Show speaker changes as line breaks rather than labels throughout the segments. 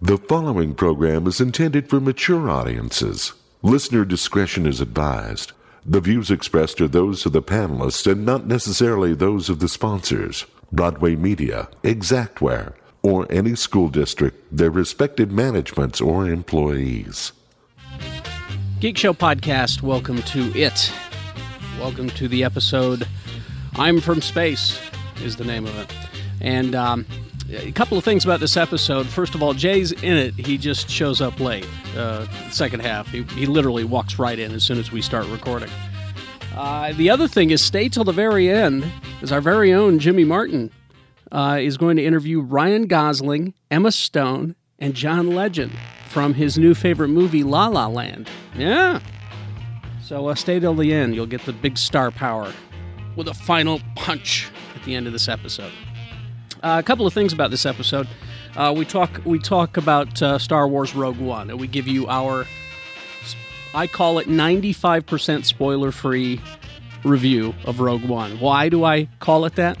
The following program is intended for mature audiences. Listener discretion is advised. The views expressed are those of the panelists and not necessarily those of the sponsors, Broadway Media, Exactware, or any school district, their respective managements or employees.
Geek Show Podcast, welcome to it. Welcome to the episode I'm from Space, is the name of it. And um, a couple of things about this episode. First of all, Jay's in it. He just shows up late, uh, second half. He, he literally walks right in as soon as we start recording. Uh, the other thing is, stay till the very end, as our very own Jimmy Martin uh, is going to interview Ryan Gosling, Emma Stone, and John Legend from his new favorite movie, La La Land. Yeah. So uh, stay till the end. You'll get the big star power with a final punch at the end of this episode. Uh, a couple of things about this episode. Uh, we talk we talk about uh, Star Wars Rogue One, and we give you our I call it 95% spoiler free review of Rogue One. Why do I call it that?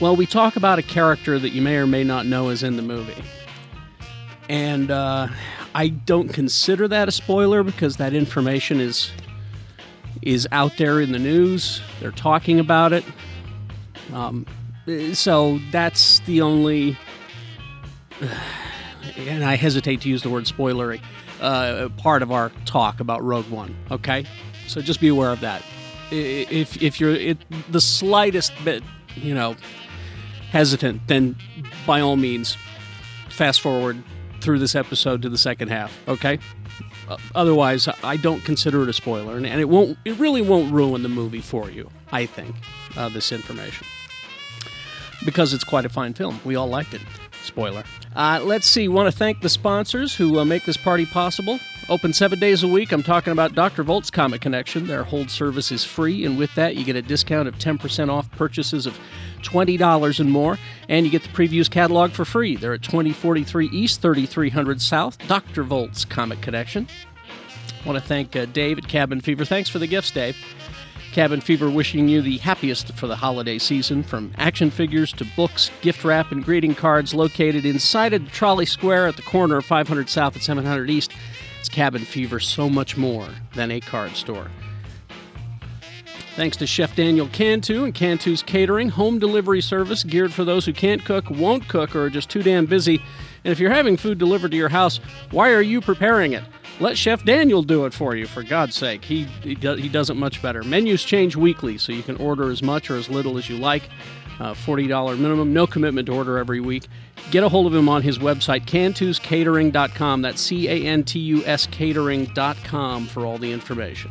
Well, we talk about a character that you may or may not know is in the movie. And uh, I don't consider that a spoiler because that information is is out there in the news. They're talking about it. Um, eh, so that's the only. And I hesitate to use the word spoilery. Uh, part of our talk about Rogue One. Okay, so just be aware of that. I- i- If if you're it, the slightest bit, you know, hesitant, then by all means, fast forward through this episode to the second half. Okay Uh, otherwise i don't consider it a spoiler and, and it won't it really won't ruin the movie for you i think uh, this information because it's quite a fine film we all liked it spoiler uh, let's see want to thank the sponsors who uh, make this party possible open seven days a week i'm talking about dr volt's comic connection their hold service is free and with that you get a discount of 10% off purchases of $20 and more and you get the previews catalog for free they're at 2043 east 3300 south dr volt's comic connection want to thank uh, Dave at Cabin Fever. Thanks for the gifts, Dave. Cabin Fever wishing you the happiest for the holiday season from action figures to books, gift wrap, and greeting cards located inside of Trolley Square at the corner of 500 South and 700 East. It's Cabin Fever, so much more than a card store. Thanks to Chef Daniel Cantu and Cantu's Catering, home delivery service geared for those who can't cook, won't cook, or are just too damn busy. And if you're having food delivered to your house, why are you preparing it? Let Chef Daniel do it for you, for God's sake. He, he, do, he does it much better. Menus change weekly, so you can order as much or as little as you like. Uh, $40 minimum, no commitment to order every week. Get a hold of him on his website, cantuscatering.com. That's C A N T U S catering.com for all the information.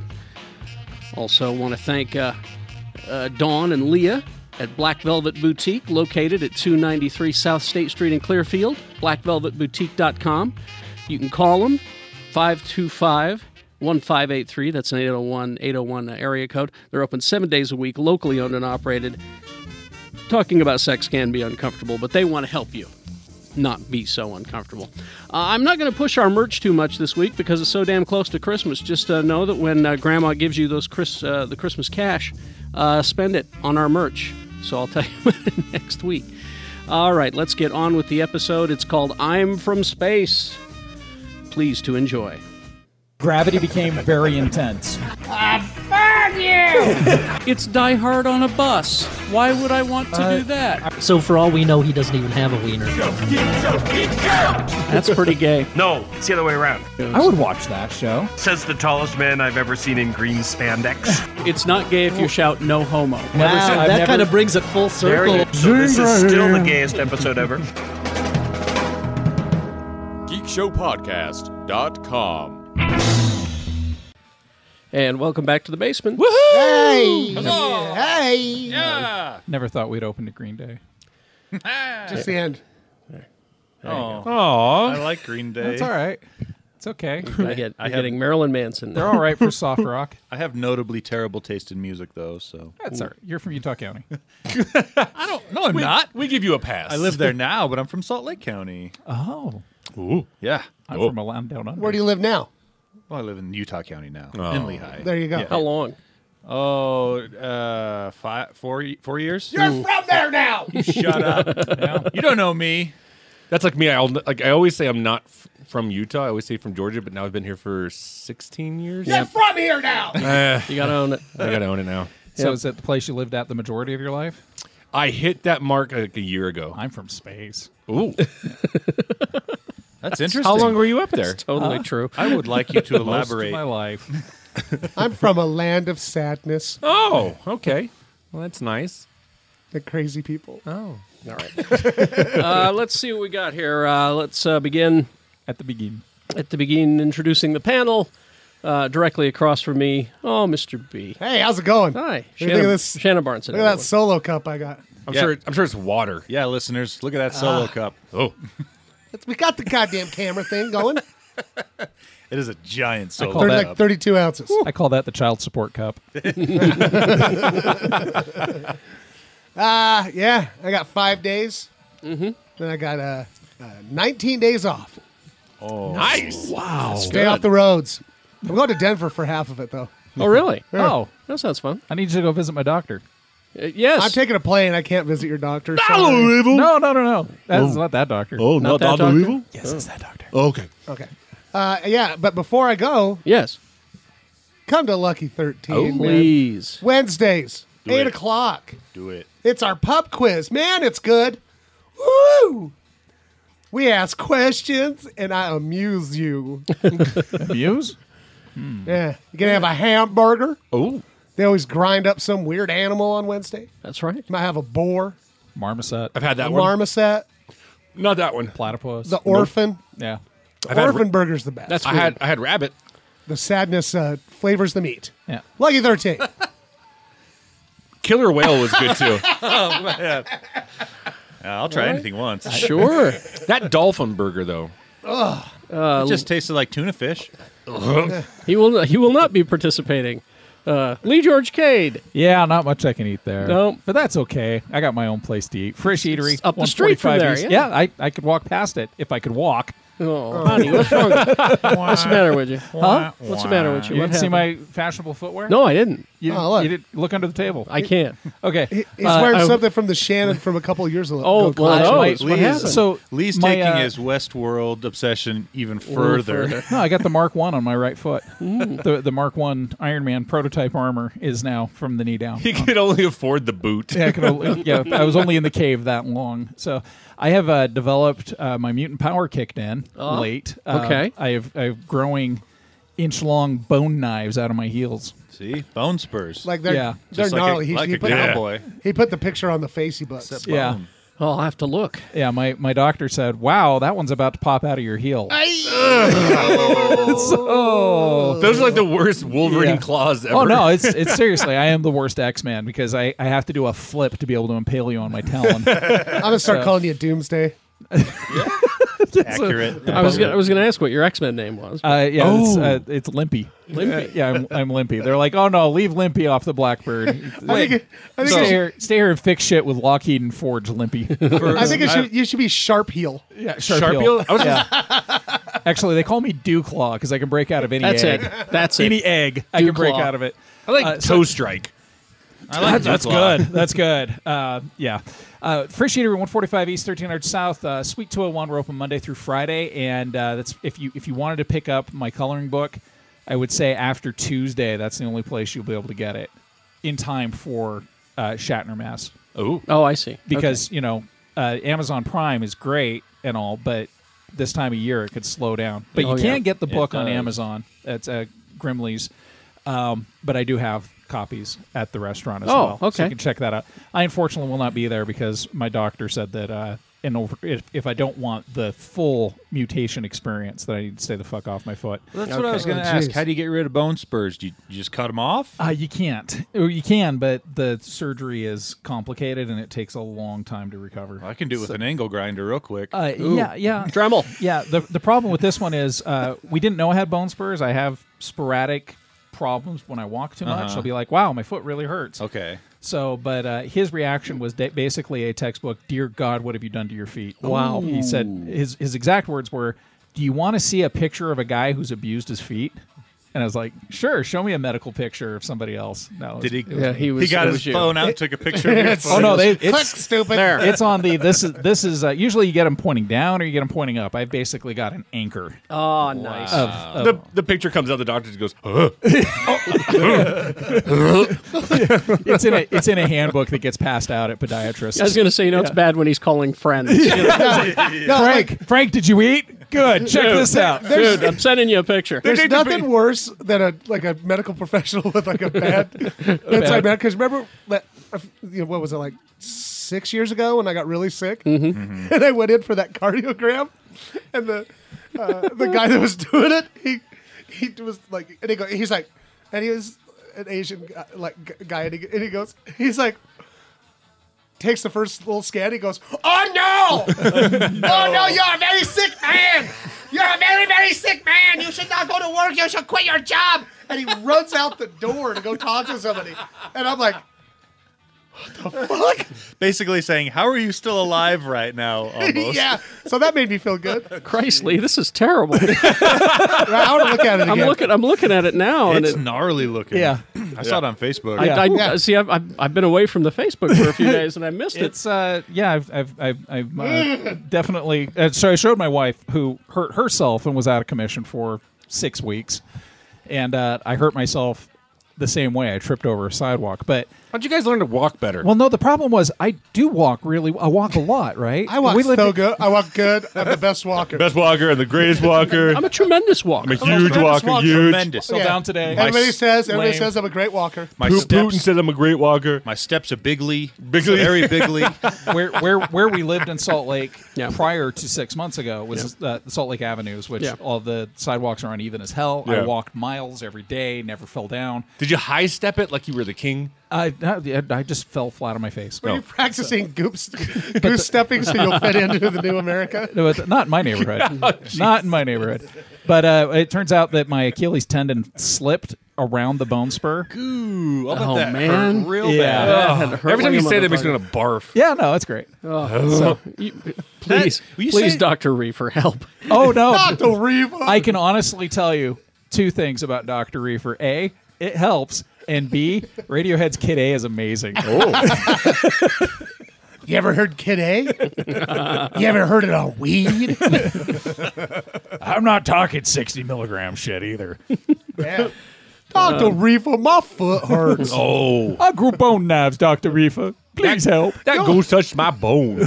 Also, want to thank uh, uh, Dawn and Leah at Black Velvet Boutique, located at 293 South State Street in Clearfield, blackvelvetboutique.com. You can call them 525 1583. That's an 801 801 uh, area code. They're open seven days a week, locally owned and operated. Talking about sex can be uncomfortable, but they want to help you not be so uncomfortable. Uh, I'm not going to push our merch too much this week because it's so damn close to Christmas. Just uh, know that when uh, Grandma gives you those Chris, uh, the Christmas cash, uh, spend it on our merch. So I'll tell you next week. All right, let's get on with the episode. It's called "I'm from Space." Please to enjoy.
Gravity became very intense.
Ah, It's Die Hard on a bus. Why would I want to
Uh,
do that?
So for all we know, he doesn't even have a wiener.
That's pretty gay.
No, it's the other way around.
I would watch that show.
Says the tallest man I've ever seen in green spandex.
It's not gay if you shout "No homo."
Never seen- I've
that
never-
kind of brings it full
There
circle.
you go. So this is still the gayest episode ever.
GeekShowPodcast.com.
And welcome back to the basement.
Hey! Hey!
Never thought we'd open to Green Day.
Just the end.
I like Green Day.
It's all right. It's okay.
I get, I'm getting Marilyn Manson.
They're all right for soft rock.
I have notably terrible taste in music, though. So
That's all right. You're from Utah County.
no, I'm not.
We give you a pass.
I live there now, but I'm from Salt Lake County.
Oh,
Yeah,
I'm from a land down under.
Where do you live now?
well, I live in Utah County now, in Lehigh.
There you go.
How long?
Oh, uh, five, four, ye- four years.
You're from there now!
Shut up! You don't know me.
That's like me. I'll like I always say I'm not f- from Utah. I always say from Georgia, but now I've been here for 16 years.
Get from here now.
Eh,
You gotta own it.
I gotta own it now.
So is that the place you lived at the majority of your life?
I hit that mark like a year ago.
I'm from space.
Ooh,
That's interesting.
how long were you up there?
Totally true.
I would like you to
Most of
elaborate.
my life.
I'm from a land of sadness.
Oh, okay. Well, that's nice. Oh.
The crazy people.
All right.
Uh, let's see what we got here. Uh, let's uh, begin
At the beginning.
at the beginning introducing the panel. Uh, directly across from me, oh, Mr. B.
Hey, how's it going?
Hi,
Hey, look
Shannon,
at this. Look
Shannon Barnes.
at that solo cup I got.
I'm
Yeah.
sure. I'm sure it's water.
Yeah, listeners, look at that solo cup.
Oh,
It's- we got the goddamn camera thing going.
It is a giant solo
call
cup.
They're
that-
like 32 ounces.
I call that the child support cup.
Ah, yeah. I got five days. Mm-hmm. Then I got uh, uh, 19 days off.
nice. Wow.
Stay off the roads. I'm going to Denver for half of it, though.
Oh, really?
Oh,
That sounds fun.
I need you to go visit my doctor.
Uh, yes.
I'm taking a plane. I can't visit your doctor. Sorry.
No, no, no, no. That's not that doctor.
Oh,
Not that doctor? Oh.
Yes, it's that doctor.
Okay.
Okay. Uh, yeah, but before I go,
Yes.
come to Lucky 13. man.
Please.
Wednesdays, 8
it.
o'clock.
Do it.
It's our pub quiz. Man, it's good. Woo! We ask questions and I amuse you.
Muse?
yeah. You're going to have a hamburger.
Oh,
They always grind up some weird animal on Wednesday.
That's right.
You might have a boar,
Marmoset.
I've had
a
that one.
marmoset,
Not that one.
Platypus.
the orphan.
yeah.
I've had
Orphan burger's the best.
That's
I had I had rabbit.
the sadness uh, flavors the meat.
Yeah.
Lucky 13.
Killer whale was good too.
Oh,
Uh,
I'll try anything once. It
sure.
that dolphin burger though.
just tasted like tuna fish.
Oh, he will. He will not be participating. Uh, Lee George Cade.
Yeah, not much I can eat there.
Nope.
But that's okay. I got my own place to eat. Fresh eatery.
It's up the street from
145
there,
East.
yeah.
Yeah, I, I could walk past it if I could walk.
Oh, honey, what's wrong? with- what's the matter with you?
Huh?
What's the matter with you?
You
What
didn't see
happened?
my fashionable footwear?
No, I didn't.
You, didn't-
Oh, look.
you didn't look under the table.
I can't.
okay.
He's
Uh,
wearing
I-
something from the Shannon from a couple years ago.
Oh,
ago.
well,
I-
no,
my-
it's what
Lee's-
happened.
So
Lee's
my,
taking
uh,
his Westworld obsession even
A little
further. Mm.
No, I got the Mark One on my right foot. the the Mark One Iron Man prototype armor is now from the knee down.
He could only afford the boot.
yeah, I could only- yeah, I was only in the cave that long. So I have uh, developed uh, my mutant power kicked in
Oh,
late. Uh,
okay.
I have I have growing inch long bone knives out of my heels.
See, bone spurs.
Like they're,
Yeah.
they're
Just like a-
gnarly. He-
like
he,
a
put,
cowboy.
he put the picture on the face he books.
Except
Yeah.
bone.
Oh, I'll have to look.
Yeah, my, my doctor said, "Wow, that one's about to pop out of your heel." so,
Those are like the worst Wolverine
Yeah.
claws ever.
oh no, it's it's seriously, I am the worst X Man because I, I have to do a flip to be able to impale you on my talon.
I'm going to start calling you Doomsday.
Accurate.
I was. Gonna, I was going to ask what your X Men name was.
Uh, yeah, it's, uh, it's Limpy.
Limpy.
Uh, yeah, I'm, I'm Limpy. They're like, oh no, leave Limpy off the Blackbird.
I think, I think,
stay,
it should-
here, stay here and fix shit with Lockheed and Forge, Limpy.
I think it should, you should be Sharp Heel.
yeah,
Sharp heel? I was
Actually, they call me Dewclaw because I can break out of any
That's
egg.
it. That's it.
Any egg, I can break
Dewclaw.
out of it.
like
Uh, so-
toe strike.
I like
That's
Dewclaw.
good. That's good. Uh, yeah. Uh, Fresh Eater, 145 East, 1300 South. Uh, Suite 201. We're open Monday through Friday, and uh, that's if you if you wanted to pick up my coloring book, I would say after Tuesday. That's the only place you'll be able to get it in time for uh, Shatner Mass
Oh,
Oh, I see.
because you know uh, Amazon Prime is great and all, but this time of year it could slow down. But
Oh,
you
yeah.
can't get the book on
does.
Amazon. That's uh, Grimley's. Um, but I do have copies at the restaurant as
Oh,
well.
okay.
So you can check that out. I unfortunately will not be there because my doctor said that uh, in over, if, if I don't want the full mutation experience, that I need to stay the fuck off my foot.
That's what I was going to
Oh,
ask.
jeez.
How do you get rid of bone spurs? Do you, you just cut them off?
Uh, you can't. Or you can, but the surgery is complicated and it takes a long time to recover.
I can do it with an angle grinder real quick.
Uh, yeah, yeah.
Dremel.
Yeah, the the problem with this one is uh, we didn't know I had bone spurs. I have sporadic problems when I walk too much. I'll be like, "Wow, my foot really hurts."
Uh-huh. okay.
So, but uh, his reaction was da- basically a textbook, "Dear God, what have you done to your feet?" Wow. He said his his exact words were, "Do you want to see a picture of a guy who's abused his feet?" And I was like, sure, show me a medical picture of somebody else. No, it was-
Did he?
it was-
Yeah, he was.
He
it
got his
was you.
phone out, took a picture. of your
oh
phone.
no, they,
Click,
it's
stupid.
it's on the this is this is uh, usually you get them pointing down or you get them pointing up. I've basically got an anchor
Oh, nice.
of, of
The, the picture comes out. The doctor just goes, "Huh?"
it's in a it's in a handbook that gets passed out at podiatrists.
I was going to say, you know, it's bad when he's calling friends.
No, like,
Frank, Frank, did you eat? Good. Check this out.
Dude, I'm sending you a picture.
There's nothing worse than a like a medical professional with like a bad bedside man. Because remember, that, you know, what was it like six years ago when I got really sick, and I went in for that cardiogram, and the uh, the guy that was doing it, he he was like, and he go, he's like, and he was an Asian guy, like g- guy, and he, and he goes, he's like. Takes the first little scan. He goes, "Oh no! Oh no! You're a very sick man. You're a very very sick man. You should not go to work. You should quit your job." And he runs out the door to go talk to somebody. And I'm like, "What the
Basically saying, "How are you still alive right now?"
fuck?"
Almost.
yeah. So that made me feel good. Right,
Christ, Lee, this is terrible.
I want to look at it
I'm
again.
looking. I'm looking at it now, Oh, and
It's
it,
gnarly looking.
Yeah.
I saw it on Facebook.
I, I,
Yeah.
see. I've, I've I've been away from the Facebook for a few days, and I missed it.
It's uh yeah I've I've I've, I've uh, definitely uh, so I showed my wife who hurt herself and was out of commission for six weeks, and uh, I hurt myself the same way I tripped over a sidewalk. But
How'd you guys learn to walk better?
well, no, the problem was I do walk really. I walk a lot, right?
I walk
We
so
live in-
good. I walk good. I'm the best walker.
Best walker and the greatest walker.
I'm a tremendous walker.
I'm a huge walker. Huge.
Tremendous.
Fell down today.
Everybody
s-
says. Everybody
lame.
says I'm a great walker.
My
Poop Putin
steps.
said I'm a great walker.
My steps are bigly. Bigly. Very bigly.
where where where we lived in Salt Lake
Yeah.
prior to six months ago was uh, Salt Lake Avenues, which
Yeah.
all the sidewalks are uneven as hell.
Yeah.
I walked miles every day, never fell down.
Did you high step it like you were the king? Oh.
I I, I just fell flat on my face.
Are you practicing goose, goose stepping so you'll fit into the new America? Oh,
No, it's not in my neighborhood. not in my neighborhood. But uh, it turns out that my Achilles tendon slipped around the bone spur.
Ooh, I'll bet
Oh,
that hurt
man.
real
Yeah.
bad.
That had hurt
Every time you
like a
say that, it makes me
motherfucker.
want to barf.
Yeah, no, it's great.
So, you- please,
will you
please,
say-
Doctor Reefer, help.
Oh no,
Dr. Reva.
I can honestly tell you two things about Dr. Reefer. A, it helps. And B, Radiohead's Kid A is amazing.
You ever heard Kid A? you ever heard it on weed?
I'm not talking 60 milligram shit either.
Yeah. Dr. Reefer, my foot hurts.
Uh, Oh,
I grew bone knives, Dr. Reefer. Please help.
that goose touched my bone.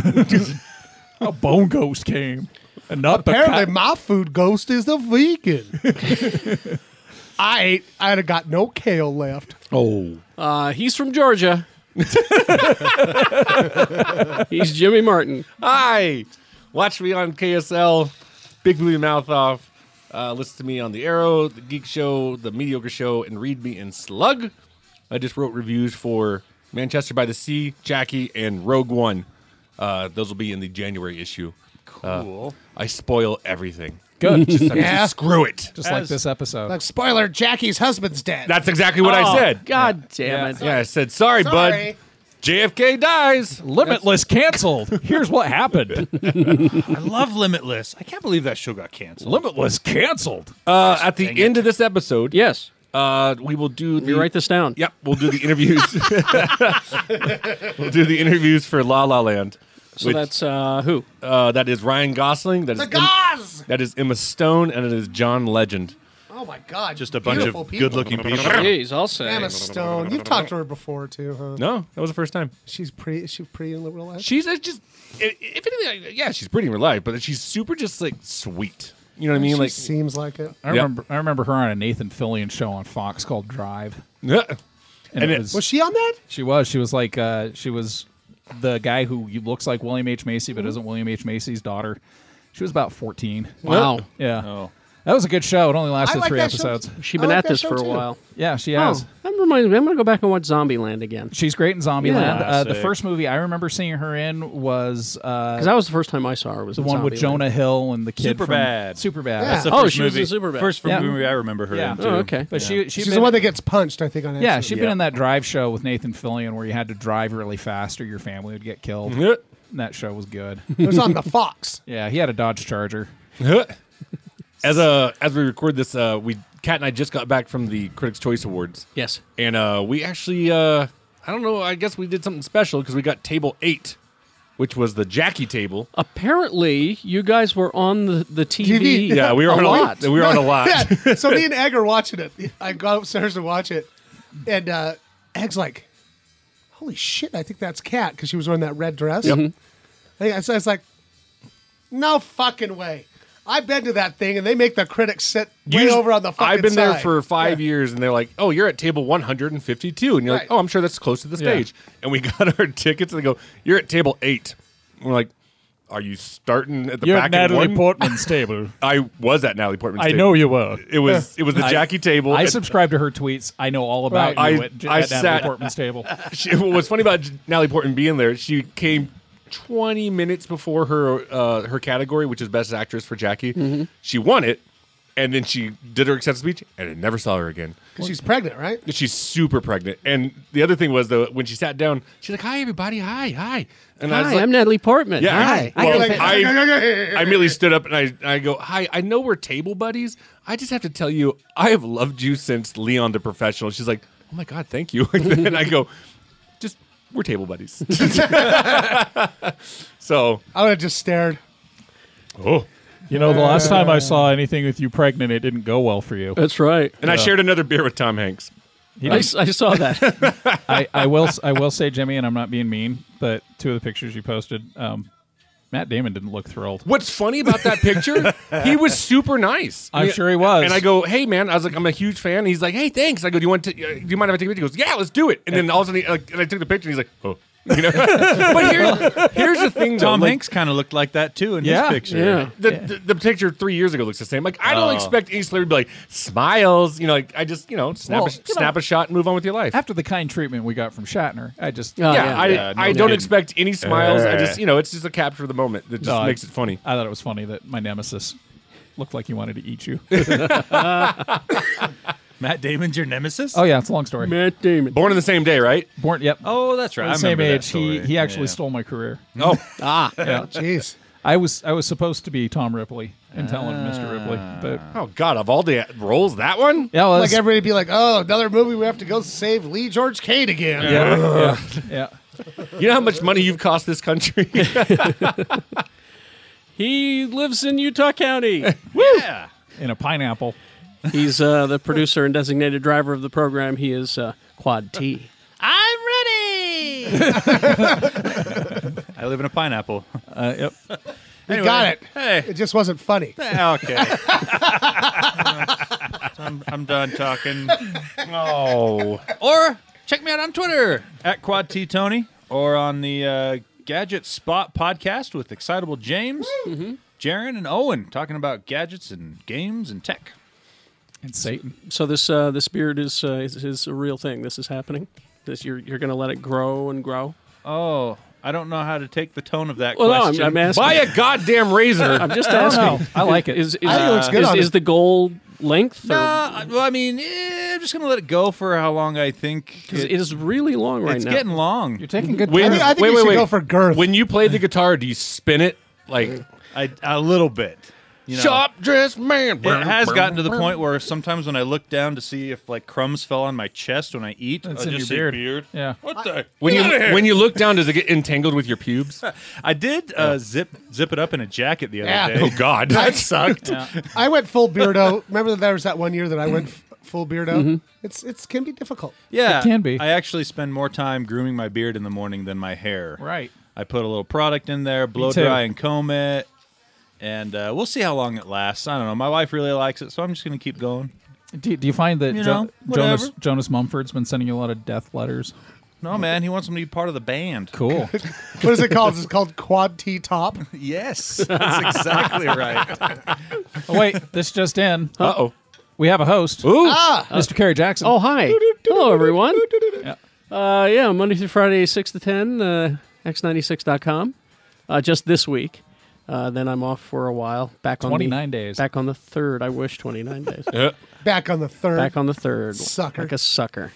A bone ghost came. And not
Apparently, my food ghost is the vegan. I ate, I'd have got no kale left.
oh,
Uh, he's from Georgia. he's Jimmy Martin.
hi! Watch me on KSL, Big Blue Mouth Off. Uh, listen to me on the Arrow, the Geek Show, the Mediocre Show, and read me in Slug. I just wrote reviews for Manchester by the Sea, Jackie, and Rogue One. Uh, those will be in the January issue. Cool. I spoil everything.
Good. Just,
Yeah.
Screw it.
like this episode.
Like, spoiler, Jackie's husband's dead.
That's exactly what I
Oh,
said.
God damn it.
Yeah, I said sorry,
Sorry.
bud. JFK dies.
Limitless canceled. Here's what happened.
I love Limitless. I can't believe that show got canceled.
Limitless canceled.
Uh, at the end of this episode,
Yes.
uh, we will do. The,
You write this down.
Yep, we'll do the interviews. we'll do the interviews for La La Land.
So
which,
that's uh, who?
uh, that is Ryan Gosling. That is
the
Em-
gauze.
that is Emma Stone, and it is John Legend.
Oh, my God.
Just a bunch
Beautiful
of
people.
good-looking people.
Jeez, I'll say.
Emma Stone. You've talked to her before, too, huh?
No, that was the first time.
She's pretty. Is she pretty in real life?
She's uh, just, i- if anything, yeah, she's pretty in real life, but she's super just like sweet. You know what I mean?
She
like,
seems like it.
I
Yep.
remember I remember her on a Nathan Fillion show on Fox called Drive. And,
And
it
it-
was,
Was she on that?
she was. She was like uh, she was the guy who you- looks like William H. Macy
Mm-hmm.
but isn't William H. Macy's daughter. She was about fourteen.
Wow.
Yeah.
Oh.
That was a good show. It only lasted
like
three
that show.
episodes.
She's
I
been
like
at
that
this
show
for a
too.
while.
Yeah, she
Oh,
has.
that reminds me. I'm going to go back and watch Zombieland again.
She's great in Zombieland.
Yeah.
Uh, the first movie I remember seeing her in was uh,
Because that was the first time I saw her. Was
the one with Jonah Hill and the kid
Superbad.
from Superbad.
Yeah.
the
Oh,
first
she was in
movie-
Superbad.
First
Yeah.
movie I remember her
Yeah.
in. Too.
Oh, okay.
But she she
She's the one that gets punched, I think, on
yeah
accident.
she'd been in that drive show with Nathan Fillion where you had to drive really fast or your family would get killed.
Yeah.
And that show was good.
It was on the Fox.
yeah, he had a Dodge Charger.
as uh, as we record this, uh, we Kat and I just got back from the Critics' Choice Awards.
Yes.
And uh, we actually, uh, I don't know, I guess we did something special because we got table eight, which was the Jackie table.
Apparently, you guys were on the, the TV.
Yeah, we were
a
on
lot.
a lot. We were on a lot.
Yeah. So me and Egg are watching it. I go upstairs to watch it, and uh, Egg's like, "Holy shit! I think that's Cat because she was wearing that red dress." Yep. I, so I was like, "No fucking way! I've been to that thing, and they make the critics sit way
Usu-
over on the fucking
I've been there
side.
for five years, and they're like, "Oh, you're at table 152," and you're
Right.
like, "Oh, I'm sure that's close to the stage." And we got our tickets, and they go, "You're at table eight. And we're like, "Are you starting at the
You're
back?"
Natalie
in one?
Portman's table.
I was at Natalie Portman's.
I
table.
know you were.
It was it was the Jackie table.
I
and
subscribe to her tweets. I know all about
Right.
you
I-
at,
I
at Natalie
sat-
Portman's table.
she, what was funny about Natalie Portman being there? She came 20 minutes before her uh, her category, which is Best Actress for Jackie.
Mm-hmm.
She won it, and then she did her acceptance speech, and I never saw her again.
'Cause she's pregnant, right?"
She's super pregnant. And the other thing was though, when she sat down, she's like, "Hi, everybody, hi, hi," and I was
Hi,
like,
I'm Natalie Portman.
Yeah,
Hi.
I, well,
I can-
I, I immediately stood up and I, I go, Hi, I know we're table buddies. I just have to tell you, I have loved you since Leon the Professional. She's like, Oh my God, thank you. And then I go, Just, we're table buddies. so,
I would have just stared.
oh.
You know, the last time I saw anything with you pregnant, it didn't go well for you.
That's right.
And I shared another beer with Tom Hanks.
He
I,
didn't-
s- I saw that.
I, I will I will say, Jimmy, and I'm not being mean, but two of the pictures you posted, um, Matt Damon didn't look thrilled.
What's funny about that picture? he was super nice.
I'm sure he was.
And I go, hey man, I was like, I'm a huge fan. He's like, hey, thanks. I go, do you want to? uh, Do you mind if I take a picture? He goes, yeah, let's do it. And then all of a sudden, he, like, and I took the picture. and He's like, oh, you know. but here, here's the thing, though.
Tom
like,
Hanks kind of looked like that too in
Yeah.
his picture. Oh.
yeah.
The, the, the picture three years ago looks the same. Like I don't expect any celebrity to be like smiles. You know, like I just you know snap
Well,
a,
you know-
snap a shot and move on with your life.
After the kind treatment we got from Shatner, I just
Oh,
yeah,
yeah.
I,
Yeah, no
I don't
kidding.
expect any smiles. I just you know it's just a capture of the moment that just
No, I-
makes it funny.
I thought it was funny that my nemesis looked like he wanted to eat you.
Matt Damon's your nemesis?
oh yeah, it's a long story.
Matt Damon.
Born on the same day, right?
Born, yep.
Oh, that's right.
the
I
same
remember that
age. He
story.
he actually
Yeah.
stole my career.
Oh,
Ah,
Jeez.
I was I was supposed to be Tom Ripley and tell him Mr. Ripley, but
oh God! Of all the roles, that one.
yeah, well,
Like
that's-
everybody'd be like, "Oh, another movie. We have to go save Lee George Kate again."
yeah, yeah,
You know how much money you've cost this country.
he lives in Utah County.
Yeah.
yeah, in a pineapple.
He's uh, the producer and designated driver of the program. He is uh, Quad T.
I'm ready. I live in a pineapple.
Uh, yep.
we got it.
Hey.
It just wasn't funny.
Okay. I'm, I'm done talking.
oh,
Or check me out on Twitter at Quad T Tony or on the uh, Gadget Spot podcast with Excitable James, Jaron, and Owen talking about gadgets and games and tech.
And Satan.
So this uh, this beard is, uh, is is a real thing. This is happening. This you're you're going to let it grow and grow.
Oh, I don't know how to take the tone of that
Well, no, I'm,
question.
I'm asking.
buy a goddamn razor.
I'm just asking.
I like it.
Is is,
think it looks good
is,
on
is
him.
the goal length? Or,
Uh, well, I mean, eh, I'm just gonna let it go for how long I think
'cause
it-
it is really long right
it's
now.
getting long.
You're taking good.
I think, I think you should go for girth.
When you play the guitar, do you spin it like
I, a little bit. You know,
sharp dressed man?
It has gotten to the point where sometimes when I look down to see if like crumbs fell on my chest when I eat,
That's
I
in your
just see
beard.
beard.
Yeah.
What the?
When you when you look down, does it get entangled with your pubes?
I did uh, zip zip it up in a jacket the other
Yeah.
Oh,
day.
God, that sucked.
I went full beardo. Remember that there was that one year that I went f- full beardo.
Mm-hmm.
It's it's can be difficult.
Yeah,
It can be.
I actually spend more time grooming my beard in the morning than my hair.
Right.
I put a little product in there, blow
too.
dry and comb it, and uh, we'll see how long it lasts. I don't know. My wife really likes it, so I'm just gonna keep going.
Do, do you find that
You
Jo-
know,
Jonas
whatever.
Jonas Mumford's been sending you a lot of death letters?
No, man, he wants me to be part of the band.
Cool.
What is it called? It's called quad T top.
Yes, that's exactly right.
oh wait, this just in.
Uh oh.
We have a host,
Ooh.
Ah.
Mr. Kerry Jackson.
Oh, hi. Hello, everyone.
Yeah.
Uh, yeah, Monday through Friday, 6 to 10, uh, x96.com, uh, just this week. Uh, then I'm off for a while. Back on the-
29 days.
Back on the 3rd. I wish 29 days.
Back on the third.
back on the 3rd.
Sucker.
Like a sucker.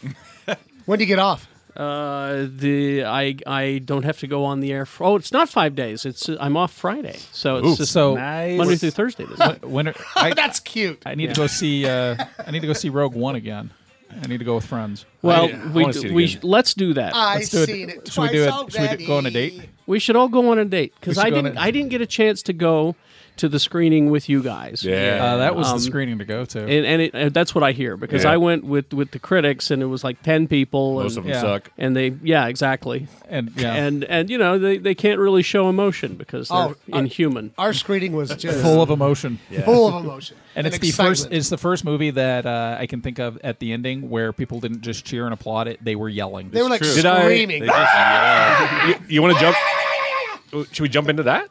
When do you get off?
Uh, the I I don't have to go on the air. For, oh, it's not five days. It's I'm off Friday, so it's just
So
Monday through Thursday. This week.
when are- I,
That's cute.
I need to go see. Uh, I need to go see Rogue One again. I need to go with friends.
Well,
I
we
wanna
do-
see it
we
again.
sh- let's do that.
I've
Let's do
seen it
Should we
twice
do it?
already.
Should we go on a date?
we should all go on a date because
We should
I
go on
didn't
a-
I didn't get a chance to go to the screening with you guys.
Uh, that was
Um,
the screening to go to.
And, and it, uh, that's what I hear because
Yeah.
I went with, with the critics and it was like ten people.
Most of
and,
Yeah.
them suck.
and they yeah exactly
and yeah,
and and you know they, they can't really show emotion because they're
Oh, I-
inhuman.
Our screening was just
full of emotion.
full of emotion.
And it's
excitement.
the first. It's the first movie that uh, I can think of at the ending where people didn't just cheer and applaud it; they were yelling.
they were like
true. Did I-
screaming.
you want to jump? Should we jump into that?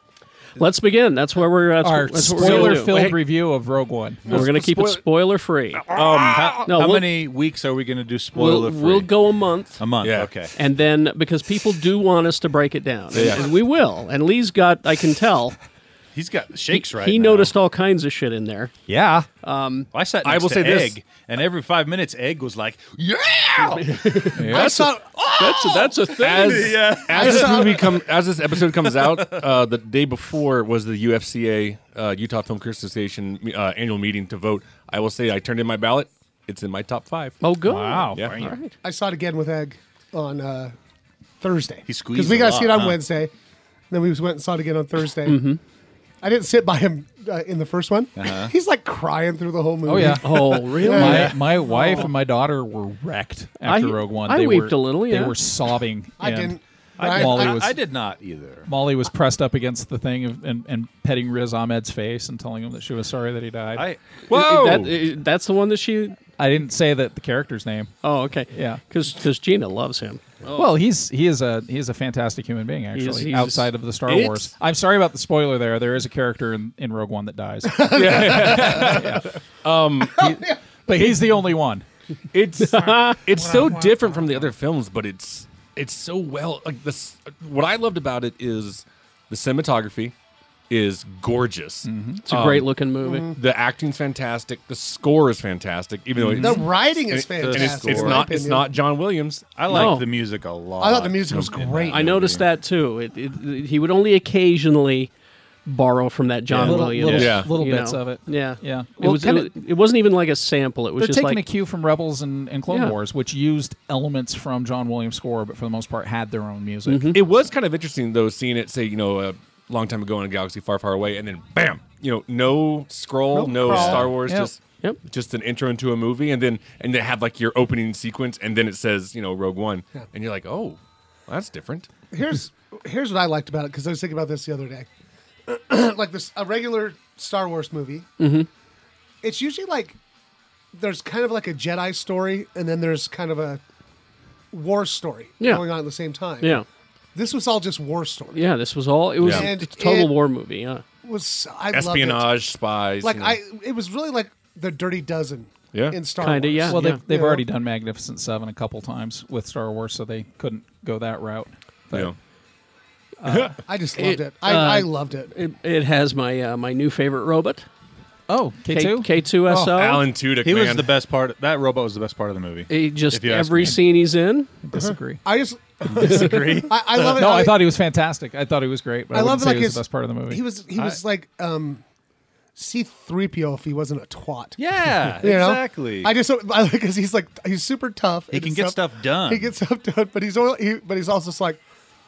Let's begin. That's where we're that's,
our
that's what we're gonna do.
spoiler-filled review of Rogue One.
We're going to keep it spoiler free.
Um,
How,
No,
how
we'll-
many weeks are we going to do spoiler
We'll,
free?
we'll go a month.
a month.
Yeah.
Okay.
And then, because people do want us to break it down, and-
Yeah.
and we will. And Lee's got, I can tell,
He's got shakes right.
he
now.
noticed all kinds of shit in there. Um,
Yeah,
I sat.
I
Next
will
to
say this.
egg, and every five minutes, egg was like, "Yeah."
I saw
That's a, that's a thing.
As, as this movie come, as this episode comes out, uh, the day before was the UFCA uh, Utah Film Critics Association uh, annual meeting to vote. I will say I turned in my ballot. It's in my top five.
oh, good.
wow.
Yeah.
All right.
I saw it again with Egg on uh, Thursday.
He squeezed
we
a
got to
lot,
see it on
huh?
Wednesday. Then we went and saw it again on Thursday.
Mm-hmm.
I didn't sit by him uh, in the first one. He's like crying through the whole movie.
Uh-huh. Oh yeah.
Oh, really?
My, my wife and my daughter were wrecked after
I-
Rogue One.
I
they
weeped
were,
a little, yeah.
They were sobbing.
I
and
didn't.
I-
I-
Molly
I-
was
I did not either.
Molly was pressed up against the thing of, and, and petting Riz Ahmed's face and telling him that she was sorry that he died.
I
Whoa!
That- eh, that's the one that she.
I didn't say that the character's name.
Oh, okay.
Yeah.
Because Gina loves him.
Well, he's he is a he is a fantastic human being actually.
He's- he's-
outside of the Star Wars, I'm sorry about the spoiler there. There is a character in, in Rogue One that dies,
Um,
but he's the only one.
It's it's so different from the other films, but it's it's so well. Like this, what I loved about it is the cinematography is gorgeous. Um,
It's a great looking movie.
Mm-hmm.
The acting's fantastic. The score is fantastic. Even though it's,
The writing is
and it- and
fantastic.
it's, it's
in my
not it's
opinion.
not John Williams.
I liked
No.
the music a lot.
I thought the music was great.
I noticed that too. It, it, it- he would only occasionally borrow from that John
Little,
Williams.
little,
Yeah.
little
you
bits
know.
of it.
Yeah,
Yeah.
It,
Well,
was,
kinda-
it, it wasn't even like a sample. It was
They're
just
taking
like
a cue from Rebels and, and Clone
Yeah.
Wars, which used elements from John Williams' score, but for the most part had their own music.
Mm-hmm.
Mm-hmm.
It was kind of interesting though, seeing it say you know a long time ago in a galaxy far, far away, and then bam, you know, no scroll, no,
No crawl.
Star Wars,
Yep.
just
Yep.
just an intro into a movie, and then and they have like your opening sequence, and then it says you know Rogue One, and you're like, oh, well, that's different.
Oh, here's here's what I liked about it because I was thinking about this the other day. like this, a regular Star Wars movie.
Mm-hmm.
It's usually like there's kind of like a Jedi story, and then there's kind of a war story
Yeah.
going on at the same time.
yeah,
this was all just war story.
yeah. This was all. It was
Yeah.
a
And
total
it-
war movie. Yeah,
It was I Loved
Espionage, spies,
it. Like
you know.
I, it was really like the Dirty Dozen.
Yeah.
in Star
Kinda,
Wars.
yeah.
Well, they've, they've
Yeah.
already done Magnificent Seven a couple times with Star Wars, so they couldn't go that route. uh,
you know.
I just loved it. I, I loved it.
Uh, it, it has my uh, my new favorite robot,
Oh, K two.
K two Oh. S
Oh,
O.
Alan Tudyk,
He
man.
was the best part. That robot was the best part of the movie.
He
If
just
you ask
every
me.
scene he's in.
Disagree.
I just disagree. I, I love it.
No, I
I-
thought he was fantastic. I thought he was great. But I,
I
wouldn't
love
say
like
he was
his
the best part of the movie.
He was he was like um, C three PO if he wasn't a twat.
Yeah,
You know?
exactly.
I just I like because he's like he's super tough.
He
and
can get stuff done.
He gets stuff done, but he's only, he, but he's also just like,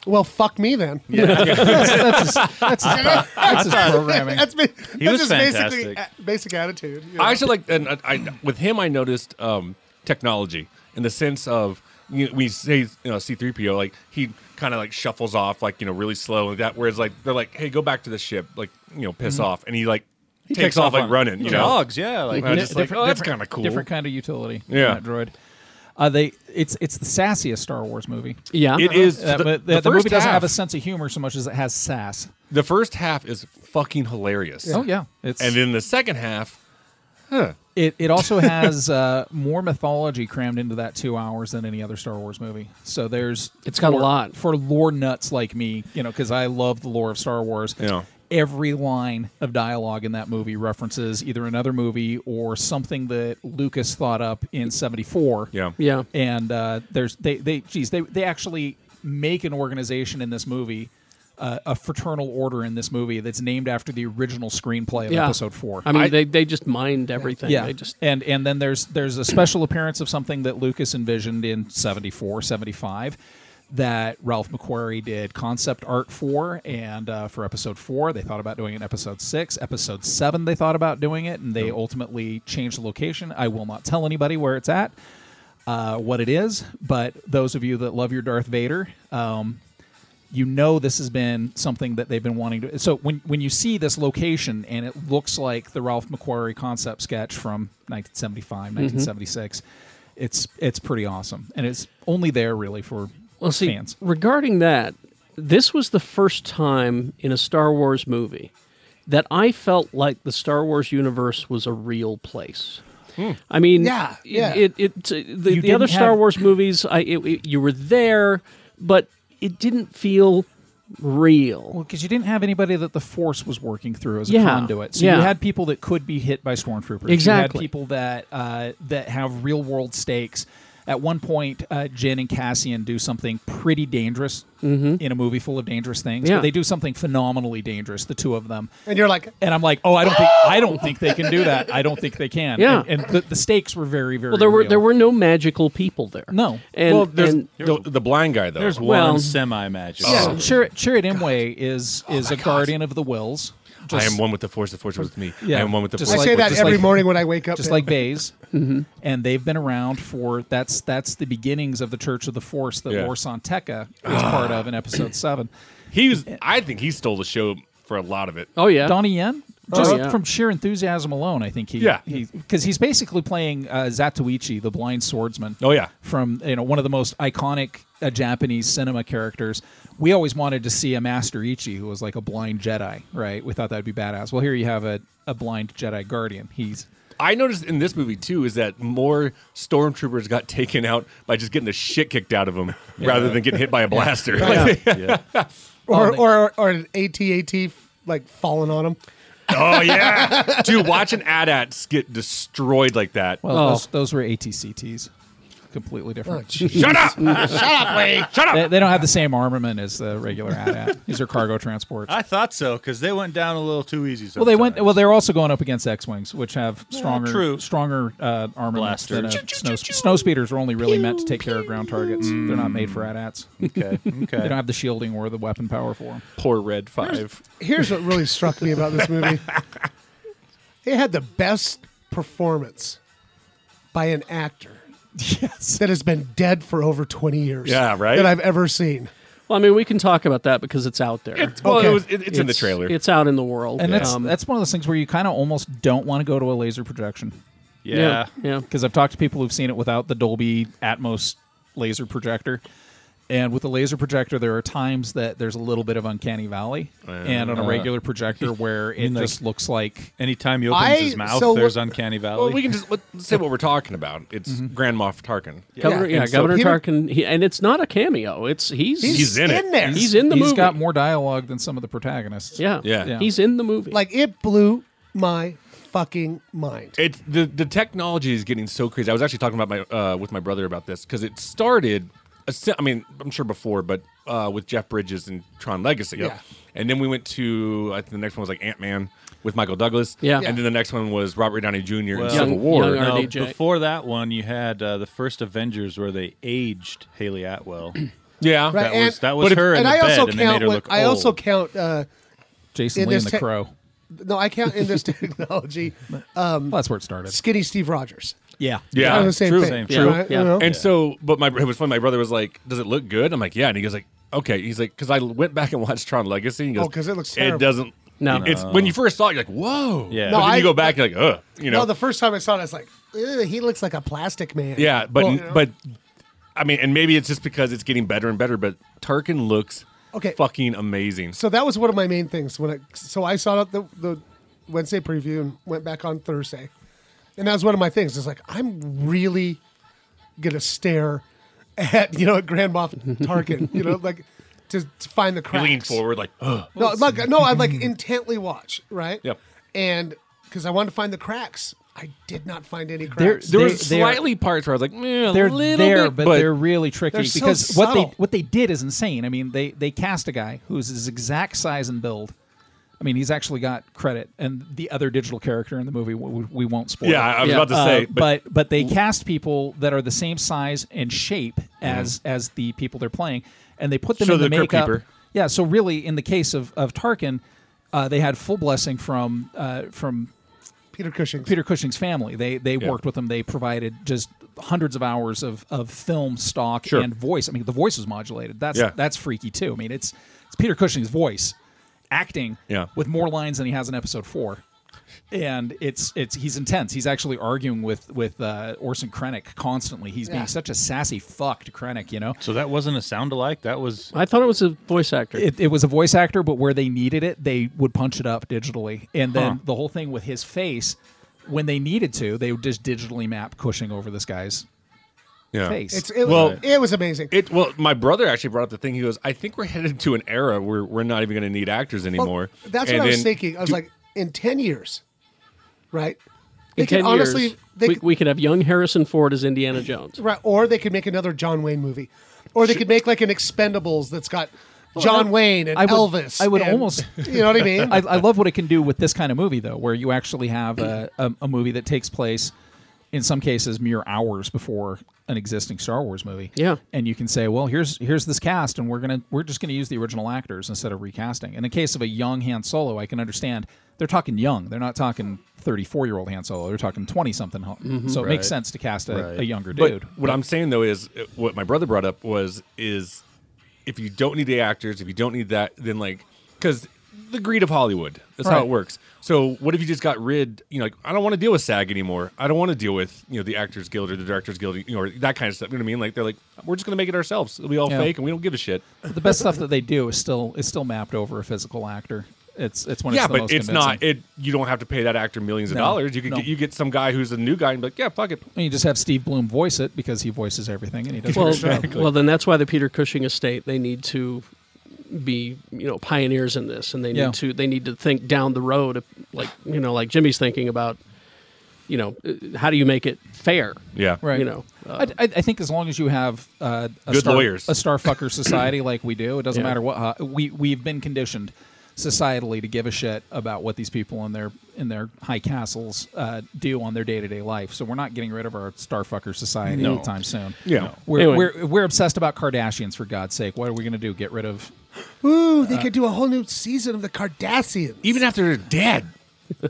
well, fuck me then.
that's his, that's his programming.
that's me.
He
that's
was
just basically
fantastic.
a- basic attitude. you know?
I actually like, and I, I- with him, I noticed um, technology in the sense of you know, we say you know C three PO, like he kind of like shuffles off, like you know, really slow and that. Whereas like they're like, hey, go back to the ship, like you know, piss
Mm-hmm.
off, and he like takes, off like
on-
running, you know.
Dogs, yeah. Like
And I was just like,
Different-
oh, that's
different-
kind of cool.
Different kind of utility. from
Yeah.
that droid. Uh, they it's it's the sassiest Star Wars movie.
Yeah,
It is
Uh,
the,
but
the
the, the
first
movie doesn't
half.
have a sense of humor so much as it has sass.
the first half is fucking hilarious.
Oh yeah, it's
And then the second half,
It, it also has uh, more mythology crammed into that two hours than any other Star Wars movie. So there's
It's got a
for-
lot.
for lore nuts like me, you know, because I love the lore of Star Wars.
Yeah.
every line of dialogue in that movie references either another movie or something that Lucas thought up in '74.
Yeah.
Yeah.
And uh, there's they they geez they they actually make an organization in this movie. Uh, a fraternal order in this movie that's named after the original screenplay of
Yeah.
episode four.
I mean, they, they just mined everything.
Yeah,
They just
and and then there's there's a special appearance of something that Lucas envisioned in 74, 75 that Ralph McQuarrie did concept art for, and uh, for episode four they thought about doing it in episode six, episode seven they thought about doing it, and they ultimately changed the location. I will not tell anybody where it's at, uh, what it is, but those of you that love your Darth Vader. Um, you know this has been something that they've been wanting to. So when when you see this location and it looks like the Ralph McQuarrie concept sketch from 1975, 1976, it's it's pretty awesome, and it's only there really for
well, see,
fans.
regarding that, this was the first time in a Star Wars movie that I felt like the Star Wars universe was a real place. I mean,
Yeah, yeah.
It, it, the, the
Hmm. didn't
other Star
have-
Wars movies, I it, it- you were there, but it didn't feel real.
Because you didn't have anybody that the Force was working through as a
Yeah,
conduit, so
yeah.
you had people that could be hit by stormtroopers.
Exactly.
you had people that uh, that have real world stakes. At one point, uh, Jin and Cassian do something pretty dangerous in a movie full of dangerous things.
Mm-hmm. Yeah.
But they do something phenomenally dangerous, the two of them.
And you're like,
and I'm like, oh, I don't think I don't think they can do that. I don't think they can.
Yeah.
and, and the, the stakes were very, very.
Well, there were
real.
there were no magical people there.
No.
and,
well, there's
and-
the, the blind guy though.
There's
Well-
one semi magic.
Yeah, Chir- Chirrut Imwe is is a guardian of the wills.
Oh I am one with the force. The force is with me.
Yeah.
I am one with the
Just
I
force.
like-
say that
just
every
like-
morning when I wake up. Mm-hmm.
just
man.
like Bays, and they've been around for that's that's the beginnings of the Church of the Force that
Yeah. Ah.
Warsan Tekka is part of in Episode Seven.
he was. I think he stole the show for a lot of it.
oh yeah, Oh,
Donnie Yen, just
yeah.
from sheer enthusiasm alone, I think he
Oh, Yeah.
because he's basically playing uh, Zatoichi, the blind swordsman.
Oh, yeah.
from you know one of the most iconic uh, Japanese cinema characters. We always wanted to see a Master Ichi who was like a blind Jedi, right? We thought that'd be badass. Well, here you have a, a blind Jedi guardian. He's
I noticed in this movie too is that more stormtroopers got taken out by just getting the shit kicked out of them rather than getting hit by a blaster. Like,
or,
Oh,
they-
or or an ATAT like falling on them.
oh yeah, dude, watch an AT-ATs get destroyed like that.
well,
Oh.
those, those were ATCTs, completely different.
Oh, Shut up! Shut up, Lee! Shut up!
they, they don't have the same armament as the regular AT-AT. These are cargo transports.
I thought so because they went down a little too easy.
Well, they went. Well, they're also going up against X-wings, which have stronger,
true.
stronger uh, armaments. Than a
Blasters.
snow, snow speeders are only really meant to take care of ground targets. They're not made for AT-ATs.
Mm. okay.
They don't
Okay.
have the shielding or the weapon power for them.
Poor Red Five.
Here's what really struck me about this movie. They had the best performance by an actor
Yes.
that has been dead for over 20 years.
Yeah, right?
That I've ever seen.
Well, I mean, we can talk about that because it's out there. It's,
Well,
Okay.
it was, it, it's, in the trailer.
out in the world.
And that's
Um,
that's one of those things where you kind of almost don't want to go to a laser projection
yeah,
Yeah.
yeah.
because I've talked to people who've seen it without the Dolby Atmos laser projector. And with the laser projector, there are times that there's a little bit of uncanny valley, and on a regular projector where it
mean, like-
just looks like
Anytime he opens
I-
his mouth,
so
there's
what-
uncanny valley.
well, we can just let's say what we're talking about. It's Grand Moff Tarkin.
Governor, yeah,
and so
Governor
Peter-
Tarkin, he, and it's not a cameo. It's he's
He's,
he's,
in it.
there.
in the
He's
movie.
got more dialogue than some of the protagonists.
yeah.
Yeah. Yeah.
he's in the movie.
like it blew my fucking mind.
It's the the technology is getting so crazy. I was actually talking about my uh, with my brother about this because it started. a si- I mean, I'm sure before, but uh, with Jeff Bridges and Tron Legacy.
Yeah.
And then we went to I think the next one was like Ant Man with Michael Douglas.
Yeah.
And then the next one was Robert Downey Jr. in
Well-
Civil
Young-
War.
young
No,
RDJ.
before that one, you had uh, the first Avengers where they aged Haley Atwell.
yeah.
Right,
That was
and-
that was
but if-
her in
and
the
I
bed,
also
and they made
count.
her
When,
look
I also
old.
count. Uh,
Jason
In
Lee
this
and the
tech-
Crow.
no, I count in this technology. um,
Well, that's where it started.
Skinny Steve Rogers.
Yeah.
Yeah.
Kinda the same
true.
thing.
Same,
true.
Right?
Yeah.
You know?
And so, but my it was funny. My brother was like, "Does it look good?" I'm like, "Yeah." And he goes like, "Okay." He's like, "Cause I went back and watched Tron Legacy." And he goes,
Oh, 'cause it looks
It
terrible."
doesn't.
No.
it's when you first saw it, you're like, "Whoa!"
Yeah.
But
No,
then
I-
you go back, you're like, "Ugh," you know.
No, the first time I saw it, I was like, "Ew, he looks like a plastic man.
yeah, but
Well,
but I mean, and maybe it's just because it's getting better and better. But Tarkin looks
Okay.
fucking amazing.
so that was one of my main things when I so I saw the the Wednesday preview and went back on Thursday, and that was one of my things. It's like I'm really gonna stare at you know at Grand Moff Tarkin, you know, like to, to find the
He
cracks.
leaned forward like, Ugh.
No, like no, I like intently watch, right?
Yep.
And because I wanted to find the cracks, I did not find any
There-
cracks.
There were
They're- they're-
slightly parts where I was like,
"Mm,
"Meh, a
they're
little
there,
bit,
but, they're really tricky
They're so
because what they
subtle.
what they did is insane. I mean, they they cast a guy who's his exact size and build. I mean, he's actually got credit, and the other digital character in the movie we, we- we won't spoil.
yeah, I I was
Yeah.
about to
Uh,
say, but,
but but they cast people that are the same size and shape as as the people they're playing, and they put them
So
in the
they're Crypt
makeup.
Keeper.
Yeah, so really, in the case of of Tarkin, uh, they had full blessing from uh, from
Peter Cushing.
Peter Cushing's family. They they worked with them. They provided just hundreds of hours of, of film stock
Sure.
and voice. I mean, the voice was modulated. That's
Yeah.
that's freaky too. I mean, it's it's Peter Cushing's voice acting
Yeah.
with more lines than he has in episode four. And it's it's he's intense. He's actually arguing with with uh, Orson Krennic constantly. He's being such a sassy fuck to Krennic, you know.
So that wasn't a sound alike. That was
I thought it was a voice actor.
It, it was a voice actor, but where they needed it, they would punch it up digitally. And then the whole thing with his face, when they needed to, they would just digitally map Cushing over this guy's
yeah.
face.
It's it,
Well-
it was amazing.
It well, my brother actually brought up the thing. He goes, "I think we're headed to an era where we're not even going to need actors
Well,
anymore."
That's
And
what I was
then-
thinking. I was like, in ten years, right? They
In
could
10
honestly,
years,
they
we,
could,
we could have young Harrison Ford as Indiana Jones.
right, or they could make another John Wayne movie, or they could make like an Expendables that's got John
I-
Wayne and
I would-
Elvis.
I would
and-
almost-
you know what I mean?
I, I love what it can do with this kind of movie, though, where you actually have a, a, a movie that takes place, in some cases, mere hours before an existing Star Wars movie.
Yeah.
and you can say, well, here's here's this cast, and we're gonna we're just gonna use the original actors instead of recasting. In the case of a young Han Solo, I can understand they're talking young; they're not talking thirty four year old Han Solo. They're talking twenty something.
Mm-hmm.
So it makes sense to cast a, a younger
But
dude.
what I'm saying though is uh, what my brother brought up was is if you don't need the actors, if you don't need that, then like because the greed of Hollywood. That's how
Right.
it works. So what if you just got rid? You know, like I don't want to deal with SAG anymore. I don't want to deal with you know the Actors Guild or the Directors Guild you know, or that kind of stuff. You know what I mean? Like they're like we're just going to make it ourselves. It'll be all
Yeah.
fake and we don't give a shit.
the best stuff that they do is still is still mapped over a physical actor. It's it's when
yeah,
it's the
but
most
it's
convincing.
not. It you don't have to pay that actor millions of
No,
dollars. You could
no.
get, you get some guy who's a new guy and be like, yeah, fuck it.
And you just have Steve Bloom voice it because he voices everything and he does.
Well,
not
well, then that's why the Peter Cushing estate they need to be you know pioneers in this, and they need
Yeah.
to they need to think down the road, like you know, like Jimmy's thinking about, you know, uh, how do you make it fair?
Yeah,
right.
You know, uh,
I, I, I think as long as you have uh, a
Good
star,
lawyers.
a star fucker society like we do, it doesn't matter what ho- we we've been conditioned societally to give a shit about what these people in their in their high castles uh, do on their day to day life. So we're not getting rid of our star fucker society anytime soon.
Yeah.
We're,
Anyway.
we're we're obsessed about Kardashians for God's sake. What are we going to do? Get rid of?
Ooh, they could do a whole new season of the Cardassians.
Even after they're dead.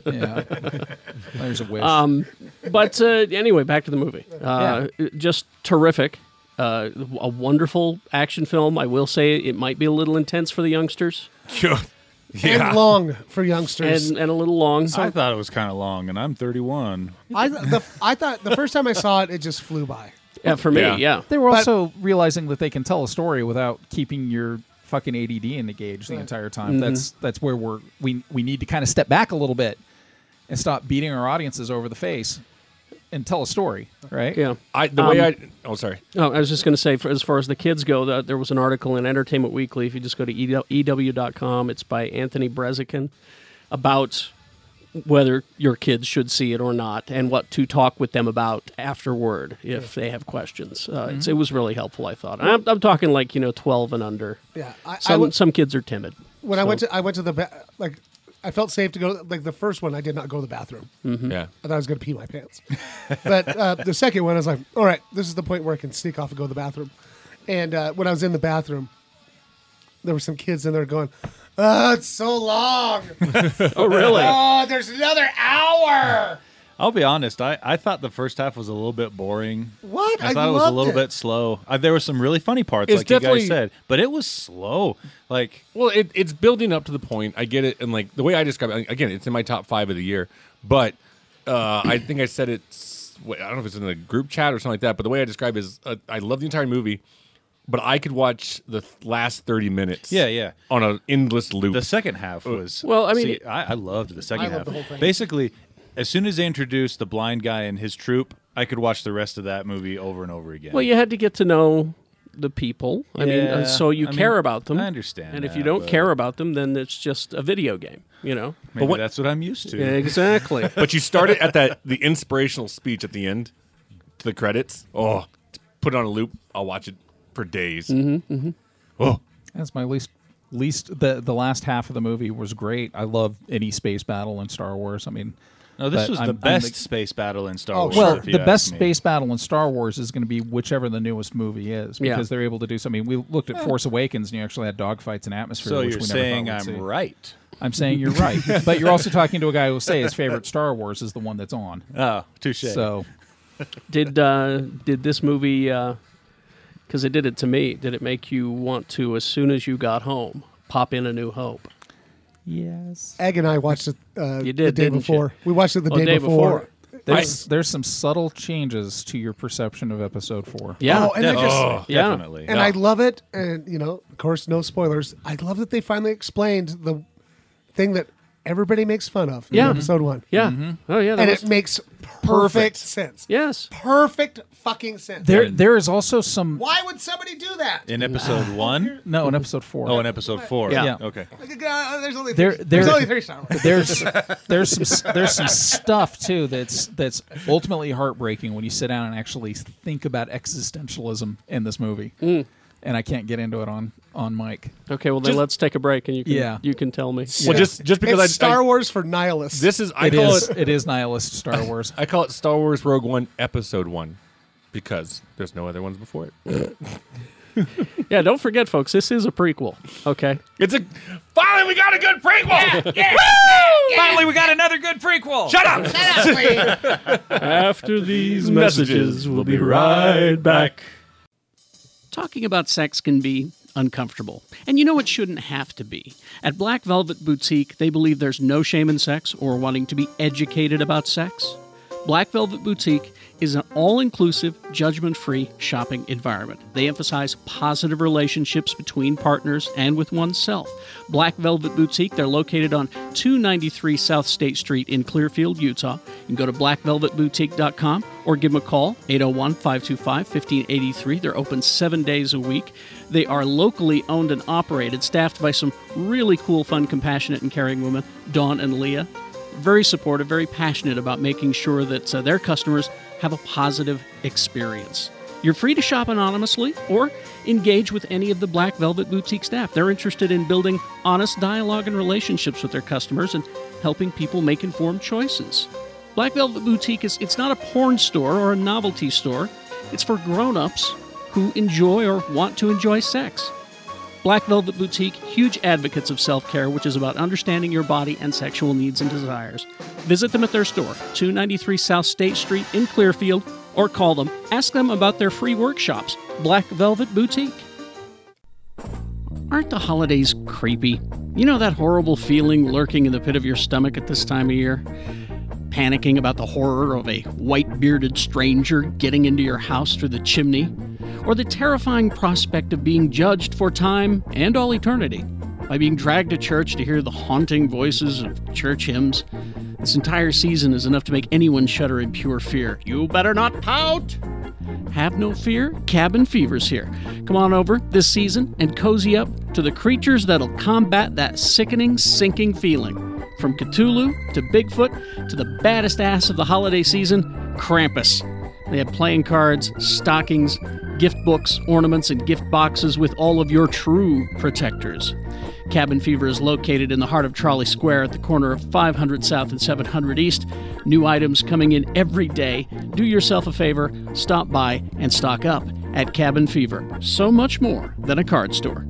Yeah. There's a wish.
Uh, but uh, anyway, back to the movie. Uh, Just terrific. Uh, a wonderful action film. I will say it might be a little intense for the youngsters
yeah.
and long for youngsters.
and, and a little long.
I thought it was kind of long, and I'm 31.
I, th- the, I thought the first time I saw it, it just flew by.
yeah, for me,
Yeah.
yeah.
They were
But-
also realizing that they can tell a story without keeping your fucking ADD in the gauge the entire time.
Mm-hmm.
That's that's where we're we we need to kind of step back a little bit and stop beating our audiences over the face and tell a story, right? Um,
Yeah.
I the way I oh sorry
No, I was just going to say, for, as far as the kids go, that there was an article in Entertainment Weekly. If you just go to E EW.com, it's by Anthony Brezikin about whether your kids should see it or not and what to talk with them about afterward if they have questions. Uh,
Mm-hmm.
it's, it was really helpful, I thought. And I'm, I'm talking like, you know, 12 and under.
Yeah, I- I
some,
would-
some kids are timid.
When I
So-
went to, I went to the ba- like, I felt safe to go. Like the first one, I did not go to the bathroom.
yeah
I thought I was going to pee my pants. but uh, the second one, I was like, all right, this is the point where I can sneak off and go to the bathroom. And uh, when I was in the bathroom, there were some kids in there going, oh, it's so long.
Oh, really?
Oh, there's another hour.
I'll be honest. I, I thought the first half was a little bit boring.
What?
I
I
thought it was a
loved
little
it.
bit slow. Uh, there were some really funny parts,
It's
like you guys
definitely-
said, but it was slow. Like
Well, it, it's building up to the point. I get it, and like the way I describe it again, it's in my top five of the year. But uh, I think I said it. I don't know if it's in the group chat or something like that. But the way I describe it is, uh, I love the entire movie, but I could watch the th- last thirty minutes.
Yeah, yeah.
on an endless loop. Uh,
the second half was
Well, I mean-
See, I, I loved the second
I loved
half.
the whole thing.
Basically, as soon as they introduced the blind guy and his troop, I could watch the rest of that movie over and over again.
Well, you had to get to know the people. I mean, uh,
Yeah,
so you
I
care
mean,
about them.
I understand
And if you
that,
don't
but-
care about them, then it's just a video game. You know.
Maybe
what-
that's what I'm used to.
Exactly.
But you start it at that the inspirational speech at the end, to the credits. Oh, put it on a loop. I'll watch it for days.
mm-hmm. That's my least least the the last half of the movie was great. I love any space battle in Star Wars. I mean,
No, this
but
was
I'm-
the
I'm
best space battle in Star
Oh,
Wars.
sure.
well,
if you
the
ask
best
me.
space battle in Star Wars is going to be whichever the newest movie is
Yeah.
because they're able to do something. We looked at Force Awakens and you actually had dogfights and atmosphere.
So
which
you're
we
saying
never
I'm
thought we'd see.
right?
I'm saying you're right, but you're also talking to a guy who will say his favorite Star Wars is the one that's on.
Oh, touche.
So
did uh, did this movie? Because it did it to me. Did it make you want to, as soon as you got home, pop in A New Hope?
yes,
Egg and I watched it uh,
You did,
the day
didn't you?
before. We watched it the
Oh,
day,
day
before.
before.
there's there's some subtle changes to your perception of Episode Four.
Yeah.
Oh, and I just
Oh,
Yeah.
definitely.
and I love it. And you know, of course, no spoilers. I love that they finally explained the thing that everybody makes fun of.
Yeah.
in episode
Mm-hmm.
one.
yeah.
Mm-hmm.
Oh yeah. That
and
was-
it makes perfect, sense.
yes.
Perfect fucking sense.
There there is also some
Why would somebody do that?
in episode one.
no in Episode Four.
Oh, in episode four.
Yeah.
Yeah.
Okay.
Like, uh, there's only
There-
three, there's
there-
only three Star Wars.
there's there's some there's some stuff too that's that's ultimately heartbreaking when you sit down and actually think about existentialism in this movie.
Mm.
And I can't get into it on on mic.
Okay. Well, then let's take a break, and you can
Yeah.
you can tell me.
Well, just just because
It's
I,
Star
I-
Wars for nihilists.
this is I
It
call
is
it
it is nihilist Star Wars.
I call it Star Wars Rogue One Episode One because there's no other ones before it.
Yeah. Don't forget, folks. This is a prequel. Okay.
It's a finally we got a good prequel.
Finally, we got another good prequel.
Shut up.
After these
messages,
we'll be right back. Talking about sex can be uncomfortable. And you know it shouldn't have to be. At Black Velvet Boutique, they believe there's no shame in sex or wanting to be educated about sex. Black Velvet Boutique is an all inclusive, judgment free shopping environment. They emphasize positive relationships between partners and with oneself. Black Velvet Boutique, they're located on 293 South State Street in Clearfield, Utah. You can go to blackvelvetboutique.com or give them a call, 801 525 1583. They're open seven days a week. They are locally owned and operated, staffed by some really cool, fun, compassionate, and caring women, Dawn and Leah very supportive, very passionate about making sure that uh, their customers have a positive experience. You're free to shop anonymously or engage with any of the Black Velvet Boutique staff. They're interested in building honest dialogue and relationships with their customers and helping people make informed choices. Black Velvet Boutique is it's not a porn store or a novelty store. It's for grown-ups who enjoy or want to enjoy sex. Black Velvet Boutique, huge advocates of self care, which is about understanding your body and sexual needs and desires. Visit them at their store, 293 South State Street in Clearfield, or call them. Ask them about their free workshops. Black Velvet Boutique. Aren't the holidays creepy? You know that horrible feeling lurking in the pit of your stomach at this time of year? Panicking about the horror of a white bearded stranger getting into your house through the chimney? Or the terrifying prospect of being judged for time and all eternity by being dragged to church to hear the haunting voices of church hymns? This entire season is enough to make anyone shudder in pure fear. You better not pout! Have no fear, cabin fever's here. Come on over this season and cozy up to the creatures that'll combat that sickening, sinking feeling. From Cthulhu to Bigfoot to the baddest ass of the holiday season, Krampus. They have playing cards, stockings, gift books, ornaments, and gift boxes with all of your true protectors. Cabin Fever is located in the heart of Charlie Square at the corner of 500 South and 700 East. New items coming in every day. Do yourself a favor, stop by and stock up at Cabin Fever. So much more than a card store.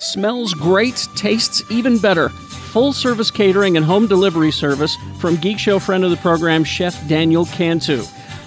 Smells great, tastes even better. Full service catering and home delivery service from Geek Show friend of the program, Chef Daniel Cantu.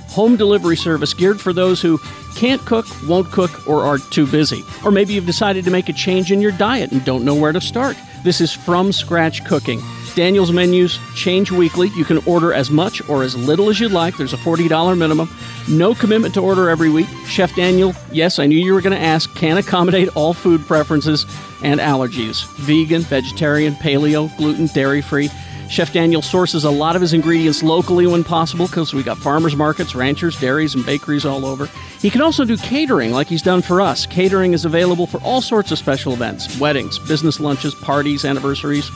Home delivery service geared for those who can't cook, won't cook, or are too busy. Or maybe you've decided to make a change in your diet and don't know where to start. This is from scratch cooking. Daniel's menus change weekly. You can order as much or as little as you'd like. There's a $40 minimum. No commitment to order every week. Chef Daniel, yes, I knew you were going to ask, can accommodate all food preferences and allergies vegan, vegetarian, paleo, gluten, dairy free. Chef Daniel sources a lot of his ingredients locally when possible because we got farmers markets, ranchers, dairies, and bakeries all over. He can also do catering like he's done for us. Catering is available for all sorts of special events weddings, business lunches, parties, anniversaries,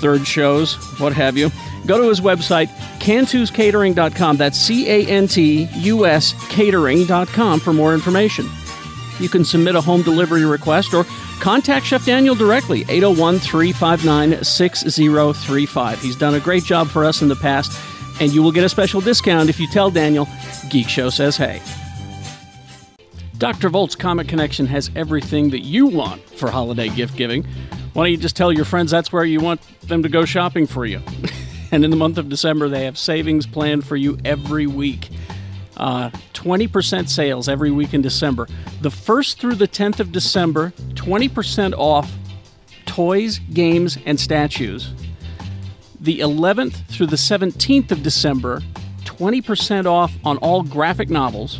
third shows, what have you. Go to his website, cantuscatering.com. That's C A N T U S catering.com for more information. You can submit a home delivery request or contact Chef Daniel directly, 801 359 6035. He's done a great job for us in the past, and you will get a special discount if you tell Daniel Geek Show says hey. Dr. Volt's Comic Connection has everything that you want for holiday gift giving. Why don't you just tell your friends that's where you want them to go shopping for you? and in the month of December, they have savings planned for you every week. Uh, 20% sales every week in December. The 1st through the 10th of December, 20% off toys, games, and statues. The 11th through the 17th of December, 20% off on all graphic novels.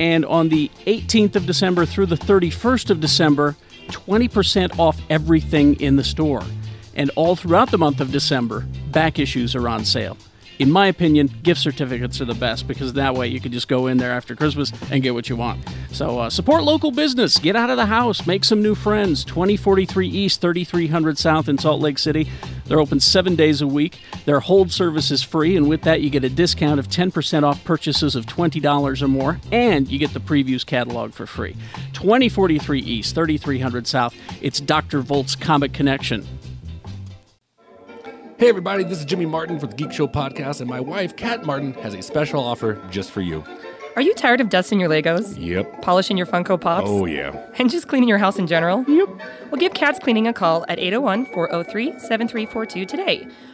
And on the 18th of December through the 31st of December, 20% off everything in the store. And all throughout the month of December, back issues are on sale. In my opinion, gift certificates are the best because that way you can just go in there after Christmas and get what you want. So uh, support local business, get out of the house, make some new friends. 2043 East, 3300 South in Salt Lake City. They're open seven days a week. Their hold service is free, and with that, you get a discount of 10% off purchases of $20 or more, and you get the previews catalog for free. 2043 East, 3300 South. It's Dr. Volt's Comic Connection.
Hey, everybody, this is Jimmy Martin for the Geek Show podcast, and my wife, Kat Martin, has a special offer just for you.
Are you tired of dusting your Legos?
Yep.
Polishing your Funko Pops?
Oh, yeah.
And just cleaning your house in general? Yep. Well, give Cats Cleaning a call at 801 403 7342 today.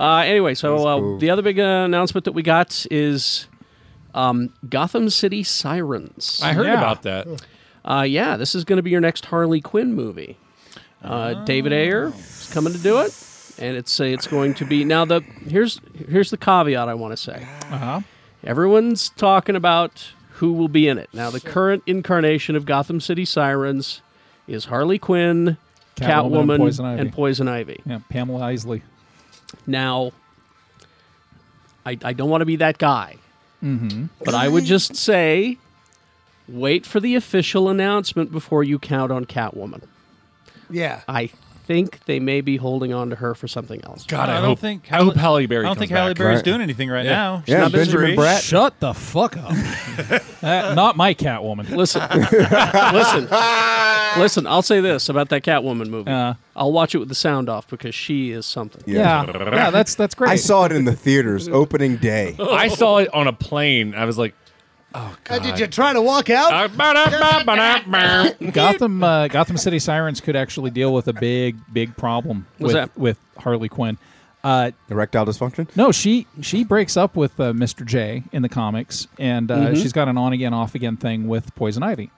Uh, anyway, so uh,
cool.
the other big uh, announcement that we got is um, Gotham City Sirens.
I heard Yeah. about that.
Uh, yeah, this is going to be your next Harley Quinn movie. Uh, David Ayer is coming to do it, and it's uh, it's going to be now. The here's here's the caveat I want to say.
Uh-huh.
Everyone's talking about who will be in it. Now, the current incarnation of Gotham City Sirens is Harley Quinn, Catwoman,
Catwoman and Poison Ivy.
and Poison Ivy.
Yeah, Pamela Isley.
Now, I, I don't want to be that guy,
Mm-hmm.
but I would just say wait for the official announcement before you count on Catwoman.
Yeah.
I think they may be holding on to her for something else.
God, I,
I don't
hope,
think
I hope Halle Berry.
I don't
comes
think Halle
back.
Berry's
Right.
doing anything right
Yeah.
now.
Yeah,
She's not busy.
Benjamin Bratt.
Shut the fuck up. Uh, not my Catwoman.
Listen, listen, listen. I'll say this about that Catwoman movie.
Uh.
I'll watch it with the sound off because she is something.
Yeah. Yeah, that's that's great.
I saw it in the theaters opening day.
I saw it on a plane. I was like,
Uh, did you try to walk out?
Gotham uh, Gotham City Sirens could actually deal with a big big problem
What's
with
that?
with Harley Quinn. Uh,
Erectile dysfunction.
No, she she breaks up with uh, Mr. J in the comics, and uh,
Mhm.
she's got an on again, off again thing with Poison Ivy.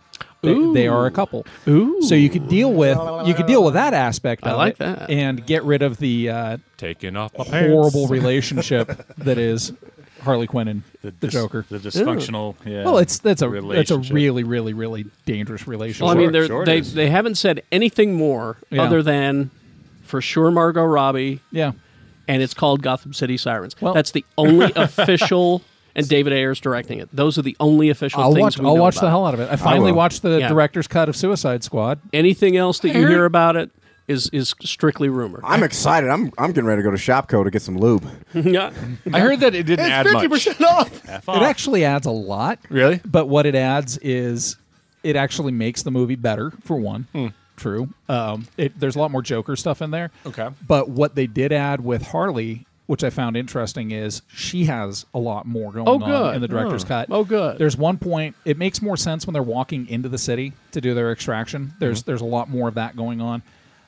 They,
Ooh.
they are a couple. Ooh. So you could deal with you could deal with that aspect.
I
of
like
it
that.
and get rid of the uh,
taking off my pants.
horrible relationship that is Harley Quinn and the,
dis-
Joker.
the dysfunctional, yeah,
well, it's that's a that's a
relationship.
really really really dangerous relationship.
Well, I mean, they're,
sure it
they
is.
they haven't said anything more
Yeah.
other than for sure Margot Robbie.
Yeah.
and it's called Gotham City Sirens.
Well-
That's the only official, and David Ayer's directing it. Those are the only official
I'll
things
watch.
we
I'll
know
watch
about
the hell out of it. I finally
will.
watched the
Yeah.
director's cut of Suicide Squad.
Anything else that you hear about it is is strictly rumor.
I'm excited. I'm I'm getting ready to go to Shopco to get some lube.
yeah.
I heard that it didn't add
It's fifty
much.
percent off.
It actually adds a lot.
Really?
But what it adds is it actually makes the movie better, for one.
Hmm.
True. Um, it, there's a lot more Joker stuff in there.
Okay.
But what they did add with Harley, which I found interesting, is she has a lot more going
Oh,
on
good.
in the director's
Oh.
cut.
Oh, good.
There's one point, it makes more sense when they're walking into the city to do their extraction. There's,
Hmm.
there's a lot more of that going on.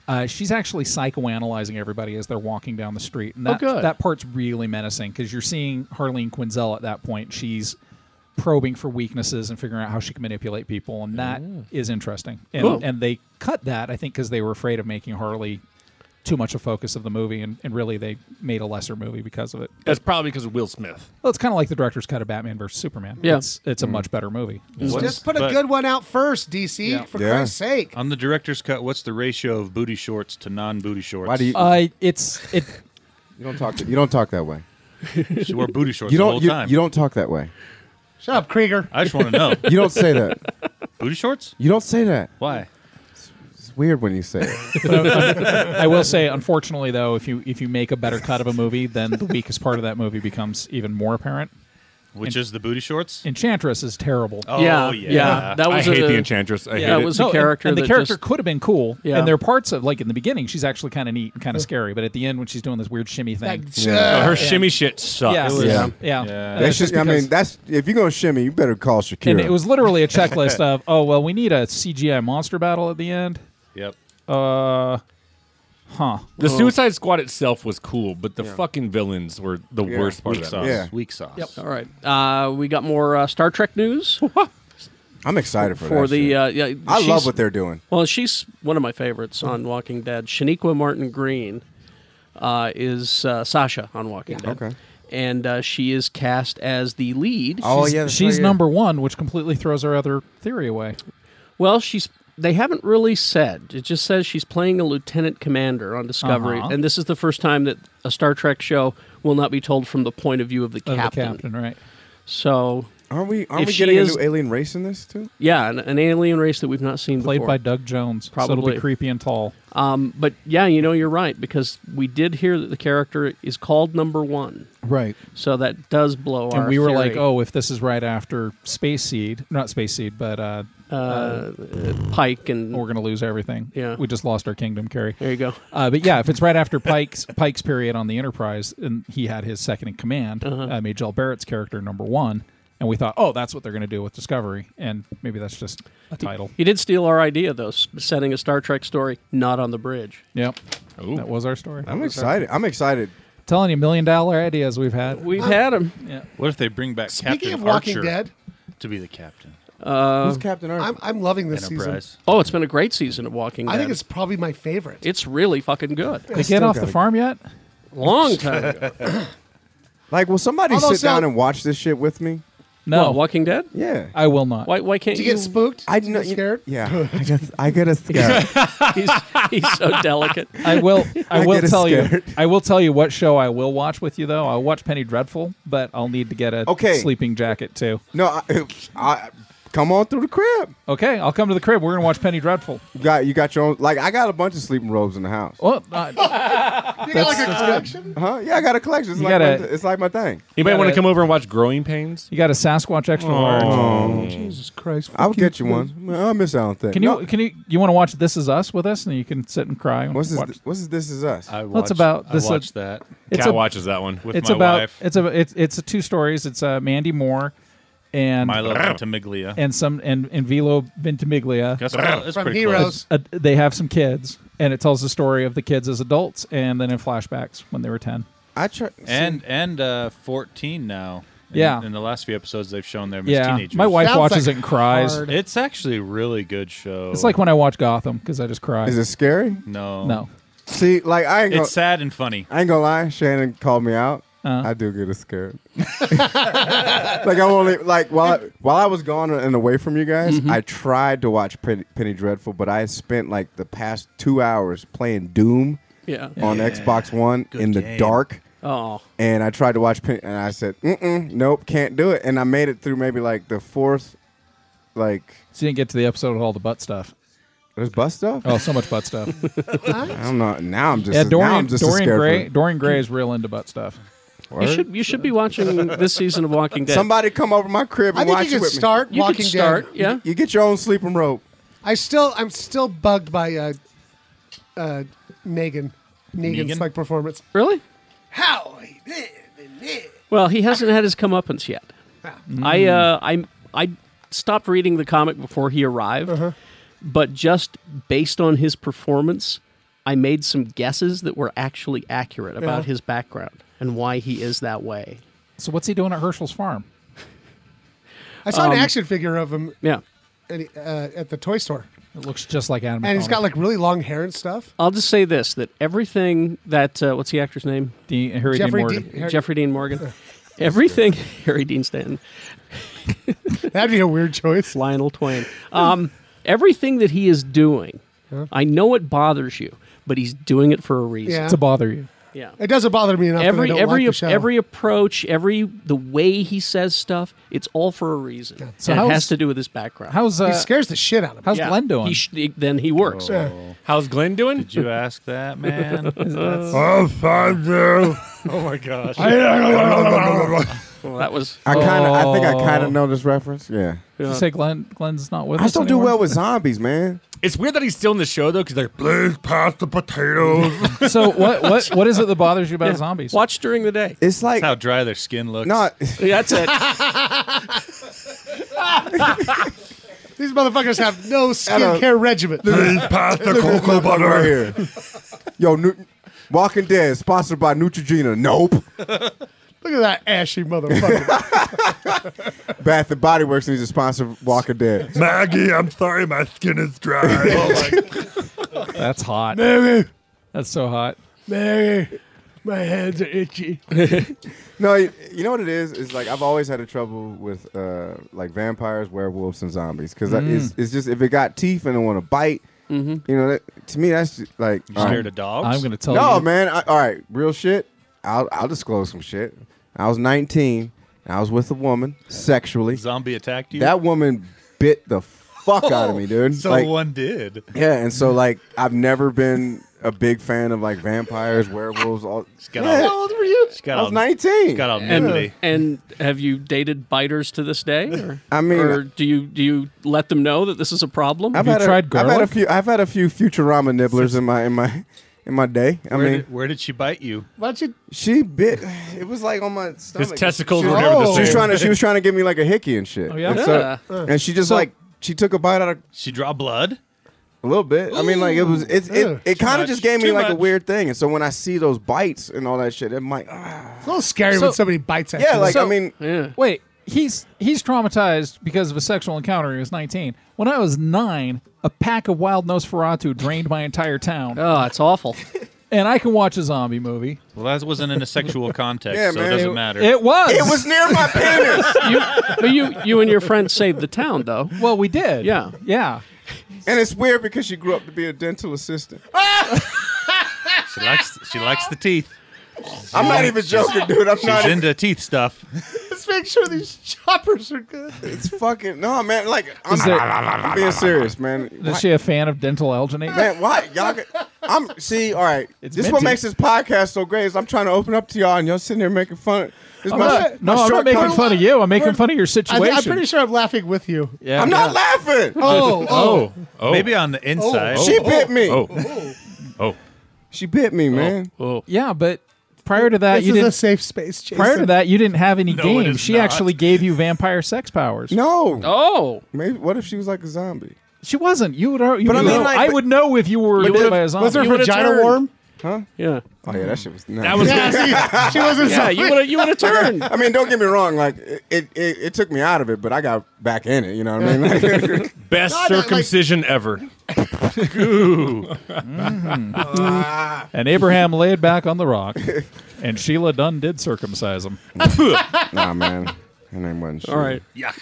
Uh, she's actually psychoanalyzing everybody as they're walking down the street, and
Oh,
that,
good.
that part's really menacing because you're seeing Harleen Quinzel at that point. She's probing for weaknesses and figuring out how she can manipulate people,
Mm.
and that is interesting. And,
Cool.
and they cut that, I think, because they were afraid of making Harley too much a focus of the movie, and, and really they made a lesser movie because of it.
That's probably because of Will Smith.
Well, it's kind of like the director's cut of Batman versus Superman.
Yeah.
it's, it's a much better movie.
Just put a good one out first, DC, for Christ's sake.
On the director's cut, what's the ratio of booty shorts to non-booty shorts?
Why do you?
Uh, it's it.
You don't talk. You don't talk that way.
She wore booty shorts
You
the
don't.
whole
you,
time.
you don't talk that way.
Shut up, Krieger.
I just want to know.
You don't say that.
Booty shorts?
You don't say that.
Why?
It's weird when you say it.
But uh, I I will say, unfortunately, though, if you if you make a better cut of a movie, then the weakest part of that movie becomes even more apparent.
Which is the booty shorts?
Enchantress is terrible.
Oh, Yeah, yeah. yeah. That I was hate a- the Enchantress. I hate
that
it.
was
No,
a
and-
character, and
and
the
the character
character could have been cool.
Yeah.
And there are parts of like in the beginning, she's actually kind of neat and kind of scary, but at the end when she's doing this weird shimmy thing,
That- Yeah.
Oh, her
Yeah.
shimmy shit sucks.
Yeah,
It was-
yeah,
Yeah.
yeah.
Yeah.
That's just. I mean, that's if you're gonna shimmy, you better call Shakira.
And it was literally a checklist of, oh well, we need a CGI monster battle at the end.
Yep.
Uh, huh.
The Suicide Squad itself was cool, but the fucking villains were the
Yeah.
worst part
Weak
of that.
sauce.
movie.
Yeah.
Weak sauce.
Yep. All right. Uh, we got more uh, Star Trek news.
I'm excited for,
for
that
the
shit.
uh, yeah,
I love
she's-
what they're doing.
Well, she's one of my favorites on Walking Dead. Shaniqua Martin Green uh, is uh, Sasha on Walking Dead.
Okay.
And uh, she is cast as the lead.
She's-
Oh,
She's-
she's number one, which completely throws our other theory away.
Well, she's. They haven't really said. It just says she's playing a lieutenant commander on Discovery,
Uh-huh.
and this is the first time that a Star Trek show will not be told from the point of view of the
Of the
captain.
captain, right?
So,
Aren't we? Aren't
if
we
she
getting
is-
a new alien race in this too?
Yeah, an, an alien race that we've not seen
Played
before.
by Doug Jones,
Probably
so it'll be creepy and tall.
Um, but yeah, you know, you're right because we did hear that the character is called Number One,
Right.
so that does blow our.
and we were
theory.
like, oh, if this is right after Space Seed, not Space Seed, but uh,
uh, Pike, and
we're gonna lose everything.
Yeah.
we just lost our kingdom, Carrie.
There you go.
Uh, but yeah, if it's right after Pike's Pike's period on the Enterprise, and he had his second in command,
Uh-huh.
uh Majel Barrett's character number one, and we thought, oh, that's what they're gonna do with Discovery, and maybe that's just a title.
He did steal our idea though, s- setting a Star Trek story not on the bridge.
Yep, that was our story.
I'm excited.
I'm excited.
Telling you, million dollar ideas we've had.
We've had them.
Yeah.
What if they bring back
Speaking
Captain
of Walking
Archer
Dead-
to be the captain?
Uh,
Um, I'm, I'm loving this
Enterprise.
season.
Oh, it's been a great season of Walking Dead.
I think it's probably my favorite.
it's really fucking good.
They I get still off the gotta-
farm yet?
Long time ago.
Like, will somebody
Although
sit down
Sal-
and watch this shit with me?
No.
What, Walking Dead.
Yeah.
I will not.
Why? Why can't
Do you get spooked?
I
Do you get scared.
Yeah, I got I get a scare.
he's, he's so delicate.
I will. I
I
will
get
tell
scared.
you. I will tell you what show I will watch with you though. I'll watch Penny Dreadful, but I'll need to get a
Okay.
sleeping jacket too.
no, I, I come on through the crib.
Okay, I'll come to the crib. We're gonna watch Penny Dreadful.
You got you got your own. Like, I got a bunch of sleeping robes in the house.
Well, uh, That's-
You got like a
that's
collection?
Huh? Yeah, I got a collection. It's,
You
like,
gotta-
my, it's like my thing.
Anybody
Yeah,
want to
that-
come over and watch Growing Pains? Oh.
you got a Sasquatch extra large.
Jesus Christ.
Oh. I'll
fuck
get you one. I miss Alan thing.
Can you? Can you? You want to watch This Is Us with us, and you can sit and cry. and
What's this?
watch-
What's this? Is us?
I
Well, it's about
I
this- uh,
watched that.
It's
Cat
a-
watches that one with
it's
my
about.
wife.
It's a. It's it's a two stories. It's uh, Mandy Moore, and
Milo Ventimiglia.
and some and and Vilo Ventimiglia.
That's, that's
From
pretty
Heroes.
Uh, they have some kids, and it tells the story of the kids as adults, and then in flashbacks when they were ten.
I try.
close. And and uh, fourteen now. In-
Yeah.
In the last few episodes, they've shown them as
Yeah,
teenagers.
my wife
Sounds
watches
like
it and cries.
hard.
It's actually a really good show.
It's
Oh.
like when I watch Gotham because I just cry.
Is it scary?
no,
No,
See, like I ain't gonna,
It's sad and funny.
I ain't gonna lie. Shannon called me out.
Uh-huh.
I do get a scared. like I only like while I, while I was gone and away from you guys,
Mm-hmm.
I tried to watch Penny, Penny Dreadful, but I had spent like the past two hours playing Doom
Yeah.
on Xbox One in the dark.
Oh.
and I tried to watch Penny, and I said, Mm-mm, "Nope, can't do it." And I made it through maybe like the fourth, like
so you didn't get to the episode with all the butt stuff.
there's bus stuff.
Oh, so much butt stuff.
I'm not now. I'm just
yeah,
now
Dorian,
I'm just
Dorian
scared for
Gray.
it.
Dorian Gray is real into butt stuff.
You
Word?
should. You should be watching this season of Walking Dead.
Somebody come over my crib and
I
watch
think you
it
could
with
start
you
Walking
could start.
Dead.
Yeah.
me. You get your own sleeping robe.
I still, I'm still bugged by uh, uh, Negan. Negan's
Negan?
like performance.
Really?
How he did and did.
Well, he hasn't had his comeuppance yet.
Hmm.
I uh, I I stopped reading the comic before he arrived,
Uh-huh.
but just based on his performance, I made some guesses that were actually accurate about
Yeah.
his background and why he is that way.
So what's he doing at Herschel's farm? Um,
I saw
Um,
an action figure of him
Yeah.
and he- uh, at the toy store.
It looks just like Adam.
And he's
McConnell.
got like really long hair and stuff.
I'll just say this: that everything that uh, what's the actor's name?
Dean, Harry Dean
Jeffrey
Morgan. Harry-
Jeffrey Dean Morgan. everything Harry Dean Stanton.
That'd be a weird choice.
Lionel Twain. Um, everything that he is doing,
Yeah.
I know it bothers you, but he's doing it for a reason
Yeah. To bother
you.
Yeah,
it doesn't bother me enough.
every
that I don't
every
like the show.
every approach, every the way he says stuff, it's all for a reason.
So
and it
how's-
has to do with his background.
uh,
he scares the shit out of me?
Yeah. He sh- then he works.
How's Glenn doing?
Did you ask that, man? That's-
Oh,
fine,
dude.
Oh my gosh.
Well, that was.
I kind of. I think I kind of know this reference. Yeah.
Did you say Glenn? Glenn's not with
Oh. I
us.
just don't do
anymore?
well with zombies, man.
It's weird that he's still in the show though, because they're please pass the potatoes.
so what? What? What is it that bothers you about zombies?
Watch during the day.
It's like
how dry their skin looks.
Not.
That's it.
These motherfuckers have no
don't-
skincare regimen.
Look at this motherfucker right here. Yo, Nu- Walking Dead sponsored by Neutrogena. Nope.
Look at that ashy motherfucker.
Bath and Body Works needs to sponsor Walking Dead.
Maggie, I'm sorry, my skin is dry. oh
That's hot.
Mary.
That's so hot.
Mary, my hands are itchy.
no, you, you know what it is? It's like I've always had a trouble with uh, like vampires, werewolves, and zombies because
Mm.
it's, it's just if it got teeth and it want to bite, you know, that, to me that's just, like
You
all
scared of dogs? I'm gonna tell
No,
you.
man. I, all right, real shit. I'll I'll disclose some shit. I was 19. I was with a woman sexually.
Zombie attacked you?
That woman bit the fuck out of me, dude.
So
Like,
one did.
yeah, and so like I've never been a big fan of like vampires, werewolves. All
got
Yeah.
all-
How old were you?
got
I was
all-
nineteen.
she's got all
And, and have you dated biters to this day? Or,
I mean-
or do you do you let them know that this is a problem?
I've had a, I've had a few. I've had a few Futurama nibblers in my in my in my day. I
where
mean,
did, where did she bite you?
Why'd you?
She bit. It was like on my stomach.
testicles
She-
were never the
oh,
She was
same.
Oh. trying to. She was trying to give me like a hickey and shit.
Oh, yeah?
And, so-
Yeah.
and she just
So-
like she took a bite out of.
She draw blood.
A little bit. I mean, like it was. It
Ooh.
it, it
Too
kind of
much.
just gave me
Too
like a
much.
weird thing. And so when I see those bites and all that shit, it might. ah.
It's a little scary
So-
when somebody bites at
Yeah,
you.
like, I mean-
Wait, he's he's traumatized because of a sexual encounter. when He was 19. When I was nine, a pack of wild Nosferatu drained my entire town.
Oh, it's awful.
and I can watch a zombie movie.
Well, that wasn't in a sexual context,
Yeah,
so
man.
it doesn't
It-
matter.
it was. It was
near my penis.
you, but you you and your friend saved the town, though.
Well, we did.
Yeah.
Yeah.
And it's weird because she grew up to be a dental assistant.
She likes she likes the teeth.
I'm not even joking, dude. I'm
she's
not even-
into teeth stuff.
Let's make sure these choppers are good.
It's fucking no, man. Like I'm,
Is there-
I'm being serious, man.
Is she a fan of dental alginate?
Man, why y'all? Get, I'm see. All right, this is
meant
what
to.
makes this podcast so great. Is I'm trying to open up to y'all, and y'all sitting there making fun. of- This
I'm
my-
not-
my
no, I'm not making
shortcomings.
fun of you. I'm making fun of your
I
situation.
thi- I'm pretty sure I'm laughing with you.
I'm not laughing.
Oh, oh.
Maybe on the inside.
she bit me.
Oh. oh.
She bit me, man.
Yeah, but prior to that,
This
you
is a
didn't.
safe space, Jason.
Prior to that, you didn't have any
No, it
games.
is
She
not.
actually gave you vampire sex powers.
No.
Oh.
Maybe what if she was like a zombie?
She wasn't. You would.
But
You would
I mean,
know.
like-
I would know if you were
But
bit
if-
by a zombie.
was her
You would've
vagina
turned.
warm?
Huh?
Yeah.
Oh yeah, that shit was. Nice.
That was- Yeah, see, she wasn't Yeah, zombie. you would've- you would've
Like, I-
turned.
I mean, don't get me wrong. Like it, it, it took me out of it, but I got back in it. You know what I mean? Like,
Best circumcision ever.
Ooh.
Mm-hmm. And Abraham laid back on the rock, and Sheila Dunn did circumcise him.
nah, man. Her name wasn't.
All right.
Yeah.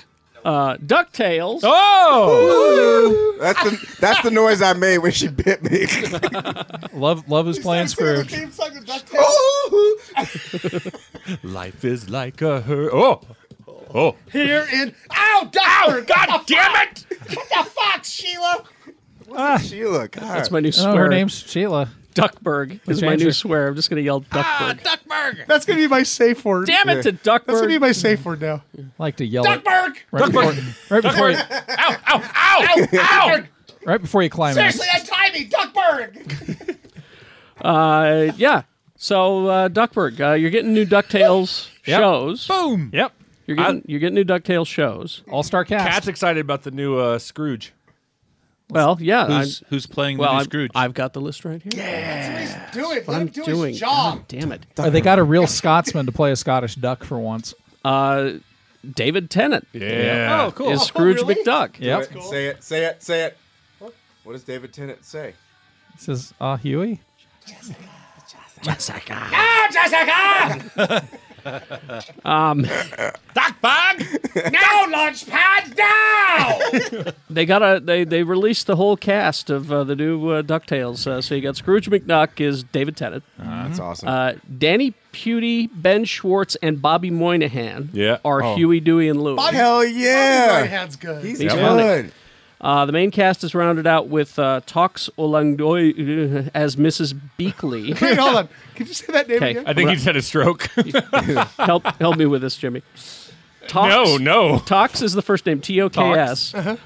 Uh, Ducktales.
Oh, that's the that's the noise I made when she bit me.
love, love is playing Scrooge.
Oh,
Life is like a her. Oh. Oh.
Here in. Ow, doctor! God damn it! What the fuck, Sheila?
Ah.
Sheila,
That's my new
Oh,
swear.
her name's Sheila.
Duckberg is my
Change
new
her.
swear. I'm just gonna yell
Ah,
Duckberg.
That's going to be my safe word.
Damn it, to Duckburg.
That's going to be my safe word now.
Like to yell. at-
Duckburg!
Right before, right before, you,
Ow, ow, ow! Ow,
right before you
ow!
climb. in.
Seriously, untie me, Duckburg!
Uh, yeah. So uh, Duckberg, uh, you're getting new Ducktales shows.
Boom.
Yep.
You're getting you're getting new Ducktales shows.
All star cast.
Cat's excited about the new uh, Scrooge.
Well, yeah.
Who's-
I'm-
who's playing the
well,
new
I'm-
Scrooge?
I've got the list right here.
That's what he's doing. Let
I'm
him do
doing.
his job.
God damn it.
Oh, they got a real Scotsman to play a Scottish duck for once.
Uh, David Tennant.
Yeah.
Oh,
Is Scrooge McDuck.
Say it. Say it. Say it. What does David Tennant say?
This is Ah Huey.
Jessica.
Ah,
No,
Oh, Jessica!
Um,
Duck bug! No, launch pad, now!
they got a they they released the whole cast of uh, the new uh, Ducktales. Uh, so you got Scrooge McDuck is David Tennant.
That's awesome.
Uh, Danny Pudi, Ben Schwartz, and Bobby Moynihan
Yeah.
are
Oh.
Huey, Dewey, and Louie.
Bobby-
Hell yeah.
Bobby Moynihan's good.
He's
He's
good.
funny. Uh, the main cast is rounded out with uh, Tox Olangdoy uh, as Mrs. Beakley.
Wait, hold on. Can you say that name
Okay.
again?
I think he just had
a stroke.
help, help me with this, Jimmy. Tox,
No, no.
Tox is the first name. T O K S.
Uh-huh.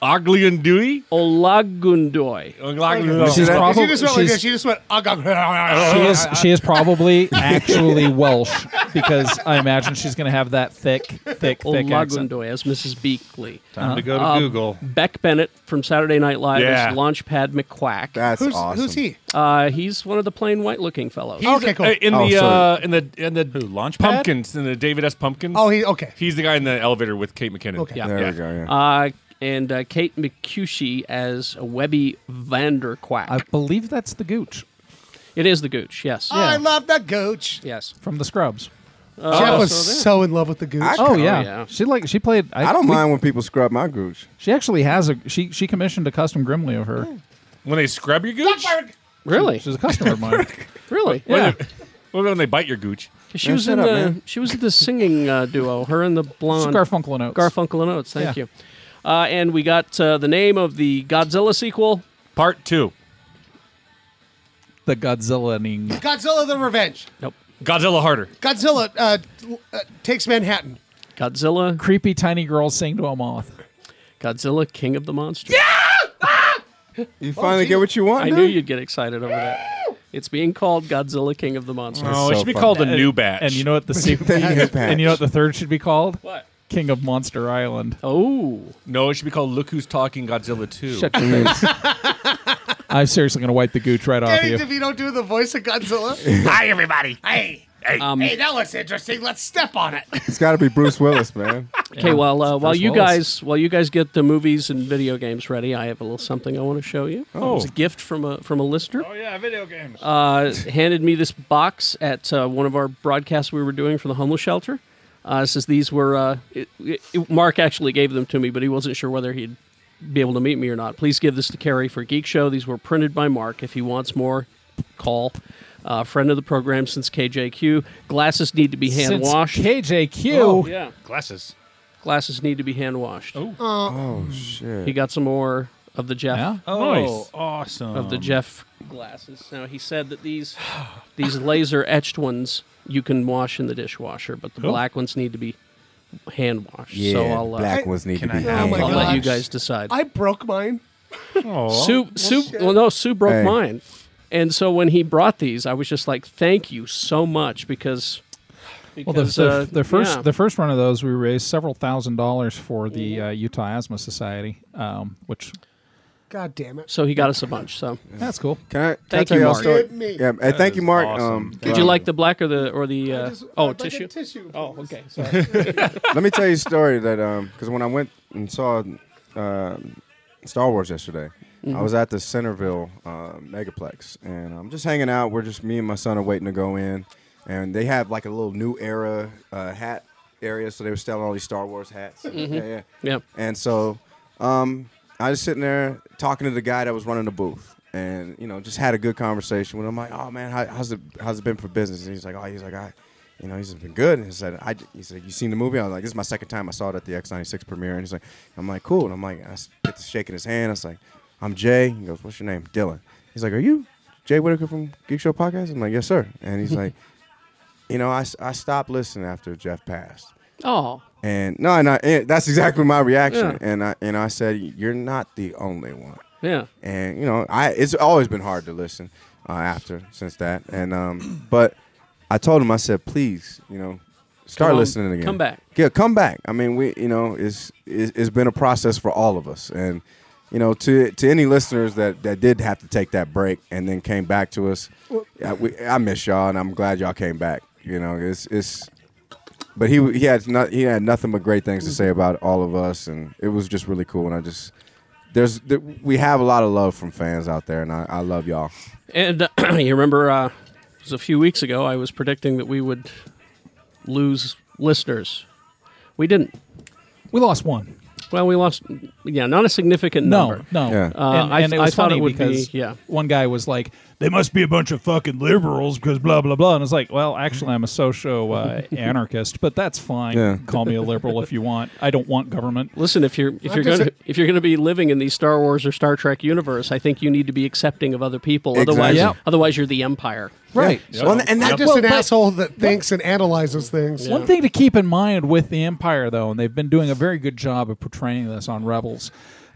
Ogliundui? Olagundoy.
Olagundoy.
She's
She
probably-
just went like
she's-
this. She just went. "Agag."
She is she is probably actually Welsh because I imagine she's going to have that thick, thick, thick accent.
Olagundoy as Mrs. Beakley. Uh, Uh-huh. Um,
Time to go to Google.
Beck Bennett from Saturday Night Live
Yeah.
is Launchpad McQuack.
That's Who's- awesome. who's he?
Uh, he's one of the plain white looking fellows.
He's, uh, in
Oh,
the
Oh,
uh, in the in the launch pumpkins in the David S. Pumpkins.
Oh,
he okay.
He's the guy in the elevator with Kate McKinnon.
Okay.
There we go. Yeah.
Uh, and uh, Kate McCushy as Webby Vanderquack. I
believe that's the Gooch.
It is the Gooch, yes.
I love that gooch.
Yes. Uh,
From the Scrubs.
Jeff was so in love with the gooch.
I-
oh, yeah.
oh, yeah.
She like she played.
I don't
we-
mind when people scrub my gooch.
She actually has a she. She commissioned a custom Grimly of her.
When they scrub your gooch,
Really?
she's a customer of mine.
Really?
What
Yeah.
if- What about when they bite your gooch?
She was in the she was in the singing uh, duo. Her and the blonde
Garfunkel and Oates.
Garfunkel and Oates. Thank
Yeah.
you. Uh, and we got uh, the name of the Godzilla sequel, Part Two.
The Godzillaing.
Godzilla the Revenge.
Nope.
Godzilla harder.
Godzilla uh, uh, takes Manhattan.
Godzilla.
Creepy tiny girls sing to a moth.
Godzilla, King of the Monsters.
Ah! You finally get what you want.
I
dude?
knew you'd get excited over that. It's being called Godzilla, King of the Monsters.
Oh, it should be called the new batch.
And you know what the sequel? and you know what the third should be called? What? King of Monster Island.
Oh
no, it should be called Look Who's Talking Godzilla Two.
Shut your face. I'm seriously gonna wipe the gooch right off
Danny
you.
DeVito do the voice of Godzilla.
Hi,
everybody. Hey. Hey,
Um,
hey, that looks interesting. Let's step on it.
It's got to be Bruce Willis, man.
Okay, well, uh, while
Bruce
you
Willis.
guys while you guys get the movies and video games ready, I have a little something I want to show you.
Oh.
It's a gift from a from a listener.
Oh yeah, video games.
uh, handed me this box at uh, one of our broadcasts we were doing for the homeless shelter. Uh, says these were uh, it, it, Mark actually gave them to me, but he wasn't sure whether he'd be able to meet me or not. Please give this to Carrie for Geek Show. These were printed by Mark. If he wants more, call. Uh, friend of the program since KJQ. Glasses need to be hand
Since
washed.
KJQ.
Oh, yeah.
Glasses.
Glasses need to be hand washed. Oh.
Oh, shit.
He got some more of the Jeff.
Yeah?
Oh, Nice. awesome.
Of the Jeff glasses. Now he said that these these laser etched ones you can wash in the dishwasher, but the
Cool.
black ones need to be hand washed. so
Yeah,
I'll uh,
black ones need Can to be I-
I'll,
hand washed.
let you guys decide.
I broke mine.
Oh.
Sue, Sue, well, no, Sue broke
Hey.
mine, and so when he brought these, I was just like, "Thank you so much," because.
Well, the,
because,
the,
uh,
the first
yeah.
the first run of those, we raised several thousand dollars for the uh, Utah Asthma Society, um, which
God damn it.
So he got us a bunch. So
that's cool.
Can I? Can I
Thank
tell
you,
y'all a
Mark.
story?
Good me.
Yeah, hey,
That
thank
is
you, Mark.
awesome.
Um,
Did you like the black or the or the uh, oh tissue? Oh, okay. Sorry.
Let me tell you a story that because when I went and saw uh, Star Wars yesterday, I
Mm-hmm.
Mhm.
was at the Centerville uh, Megaplex, and I'm just hanging out. We're just me and my son are waiting to go in, and they have like a little new era uh, hat area, so they were selling all these Star Wars hats.
Mhm.
Yeah, yeah.
Yep.
And so um, I was sitting there talking to the guy that was running the booth. And you know, just had a good conversation with him. like, oh man, how, how's it how's it been for business? And he's like, oh, he's like, I, you know, he's been good. And he said, I, he said, you seen the movie? I was like, this is my second time I saw it at the X96 premiere. And he's like, I'm like, cool. And I'm like, I s- get to shaking his hand. I was like, I'm Jay. He goes, what's your name? Dylan. He's like, are you Jay Whitaker from Geek Show Podcast? I'm like, yes, sir. And he's like, you know, I, s- I stopped listening after Jeff passed.
Oh,
And no, and I, and that's exactly my reaction.
Yeah.
And I and I said, you're not the only one.
yeah.
And you know, I it's always been hard to listen uh, after since that. And um, but I told him, I said, please, you know, start
Come on,
listening again.
come back.
Yeah, come back. I mean, we, you know, it's, it's it's been a process for all of us. And you know, to to any listeners that that did have to take that break and then came back to us, I, we, I miss y'all, and I'm glad y'all came back. You know, it's it's. But he he had not he had nothing but great things to say about all of us, and it was just really cool. And I just there's there, we have a lot of love from fans out there, and I, I love y'all.
And uh, you remember, uh, it was a few weeks ago, I was predicting that we would lose listeners. We didn't.
We lost one.
Well, we lost, yeah, not a significant number.
No, no.
Uh,
and,
I,
and it
I
was
thought
funny
it would
because
be, yeah.
one guy was like, "They must be a bunch of fucking liberals because blah blah blah," and it's like, "Well, actually, I'm a socio uh, anarchist, but that's fine.
Yeah.
Call me a liberal if you want. I don't want government."
Listen, if you're if
I'm
you're
just
going to if you're going to be living in the Star Wars or Star Trek universe, I think you need to be accepting of other people. Otherwise,
Exactly. Yeah.
otherwise you're the Empire.
Right.
So-
Well, and that just an asshole that thinks and analyzes things.
One thing to keep in mind with the Empire, though, and they've been doing a very good job of portraying this on Rebels,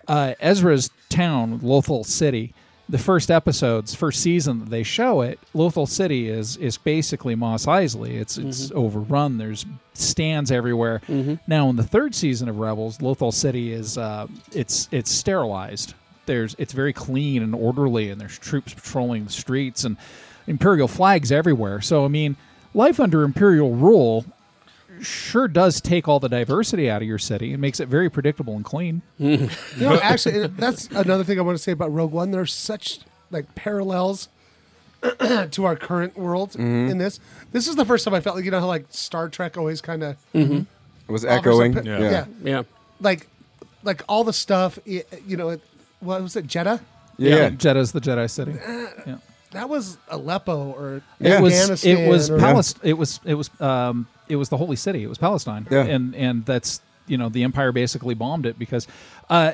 uh, Ezra's town, Lothal City, the first episodes, first season that they show it, Lothal City is is basically Moss Isley. It's it's
Mhm.
overrun. There's stands everywhere.
Mhm.
Now, in the third season of Rebels, Lothal City is uh, it's it's sterilized. There's it's very clean and orderly, and there's troops patrolling the streets and imperial flags everywhere. So I mean, life under imperial rule sure does take all the diversity out of your city and makes it very predictable and clean.
You know, actually, that's another thing I want to say about Rogue One. There's such like parallels to our current world
Mhm.
in this. This is the first time I felt like you know how like Star Trek always kind of
Mm-hmm.
Mhm. It was echoing.
yeah.
Yeah.
yeah,
Yeah.
like like all the stuff. i- You know, it, what was it, Jeddah?
Jeddah's the Jedi city.
Uh,
Yeah.
That was Aleppo or
It was
Afghanistan.
it was
or-
Palestine. It was it was um it was the holy city. It was Palestine.
Yeah.
And and that's you know the empire basically bombed it because uh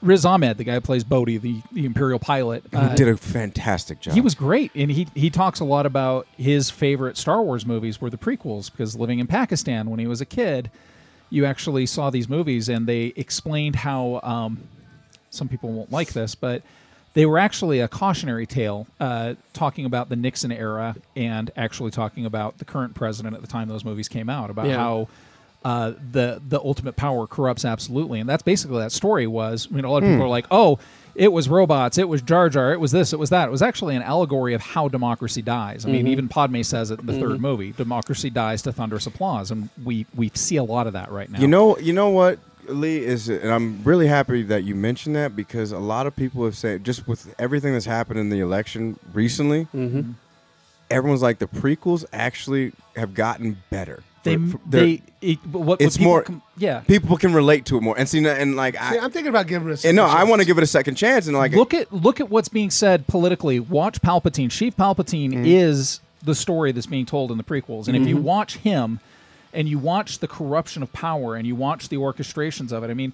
Riz Ahmed, the guy who plays Bodhi, the, the imperial pilot,
He
uh,
did a fantastic job.
He was great, and he he talks a lot about his favorite Star Wars movies were the prequels because living in Pakistan when he was a kid, you actually saw these movies, and they explained how um, some people won't like this, but they were actually a cautionary tale uh, talking about the Nixon era and actually talking about the current president at the time those movies came out about
Yeah.
how. Uh, the the ultimate power corrupts absolutely, and that's basically that story was. I mean, a lot of people
Hmm.
are like, "Oh, it was robots, it was Jar Jar, it was this, it was that." It was actually an allegory of how democracy dies. I mean,
Mhm.
even Padme says it in the
Mhm.
Mm-hmm.
third movie: "Democracy dies to thunderous applause," and we we see a lot of that right now.
You know, you know what Lee is, and I'm really happy that you mentioned that because a lot of people have said just with everything that's happened in the election recently,
Mm-hmm.
everyone's like the prequels actually have gotten better.
They-
they're-
they- it- but what- what
it's
people
more
com- yeah.
people can relate to it more and see and like
See,
I
I'm thinking about giving it. a
and no I
second
want to
chance.
give it a second chance and like
look at look at what's being said politically. Watch Palpatine. Chief Palpatine is the story that's being told in the prequels, and if you
Mhm.
watch him, and you watch the corruption of power, and you watch the orchestrations of it, I mean.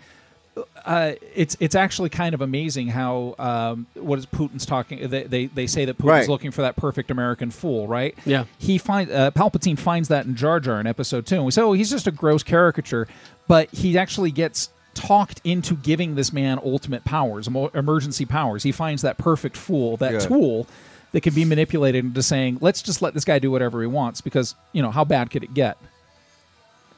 Uh, it's it's actually kind of amazing how um, what is Putin's talking. They they, they say that Putin's
Right.
looking for that perfect American fool, right?
Yeah.
He finds uh, Palpatine finds that in Jar Jar in Episode Two, and we say, oh, he's just a gross caricature, but he actually gets talked into giving this man ultimate powers, emo- emergency powers. He finds that perfect fool, that
Yeah.
tool that can be manipulated into saying, let's just let this guy do whatever he wants because you know how bad could it get?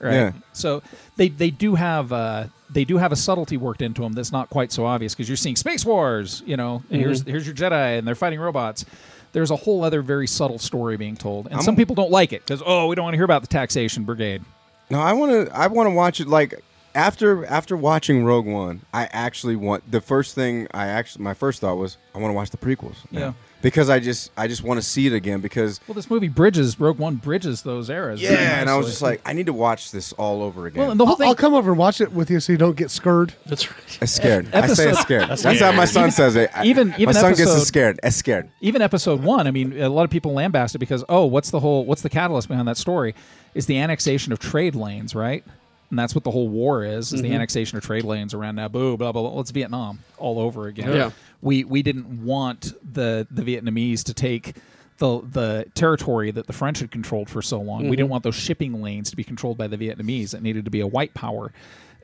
right?
Yeah.
So they they do have uh, they do have a subtlety worked into them that's not quite so obvious because you're seeing space wars, you know, and here's
Mhm.
Mm-hmm.
here's your Jedi and they're fighting robots. There's a whole other very subtle story being told, and
I'm-
some people don't like it because oh, we don't want to hear about the taxation brigade.
No, I want to. I want to watch it. Like after after watching Rogue One, I actually want the first thing. I actually my first thought was I want to watch the prequels. now.
Yeah.
Because I just I just want to see it again because
Well, this movie bridges Rogue One bridges those eras.
yeah,
very
and I was
nicely.
just like I need to watch this all over again.
Well, and the whole
I'll, I'll come over and watch it with you so you don't get scared.
That's right.
I'm scared. I say
Episode-
it's scared.
That's
That's, how my son
even-
says it. I-
even-
my
even
son
episode-
gets scared. It's scared.
even episode one, I mean, a lot of people lambast it because, oh, what's the whole, what's the catalyst behind that story? Is the annexation of trade lanes, right? And that's what the whole war is: is the
Mhm.
annexation of trade lanes around Naboo, blah blah blah. Well, it's Vietnam all over again.
Yeah.
we we didn't want the the Vietnamese to take the the territory that the French had controlled for so long. We didn't
Mhm.
want those shipping lanes to be controlled by the Vietnamese. It needed to be a white power,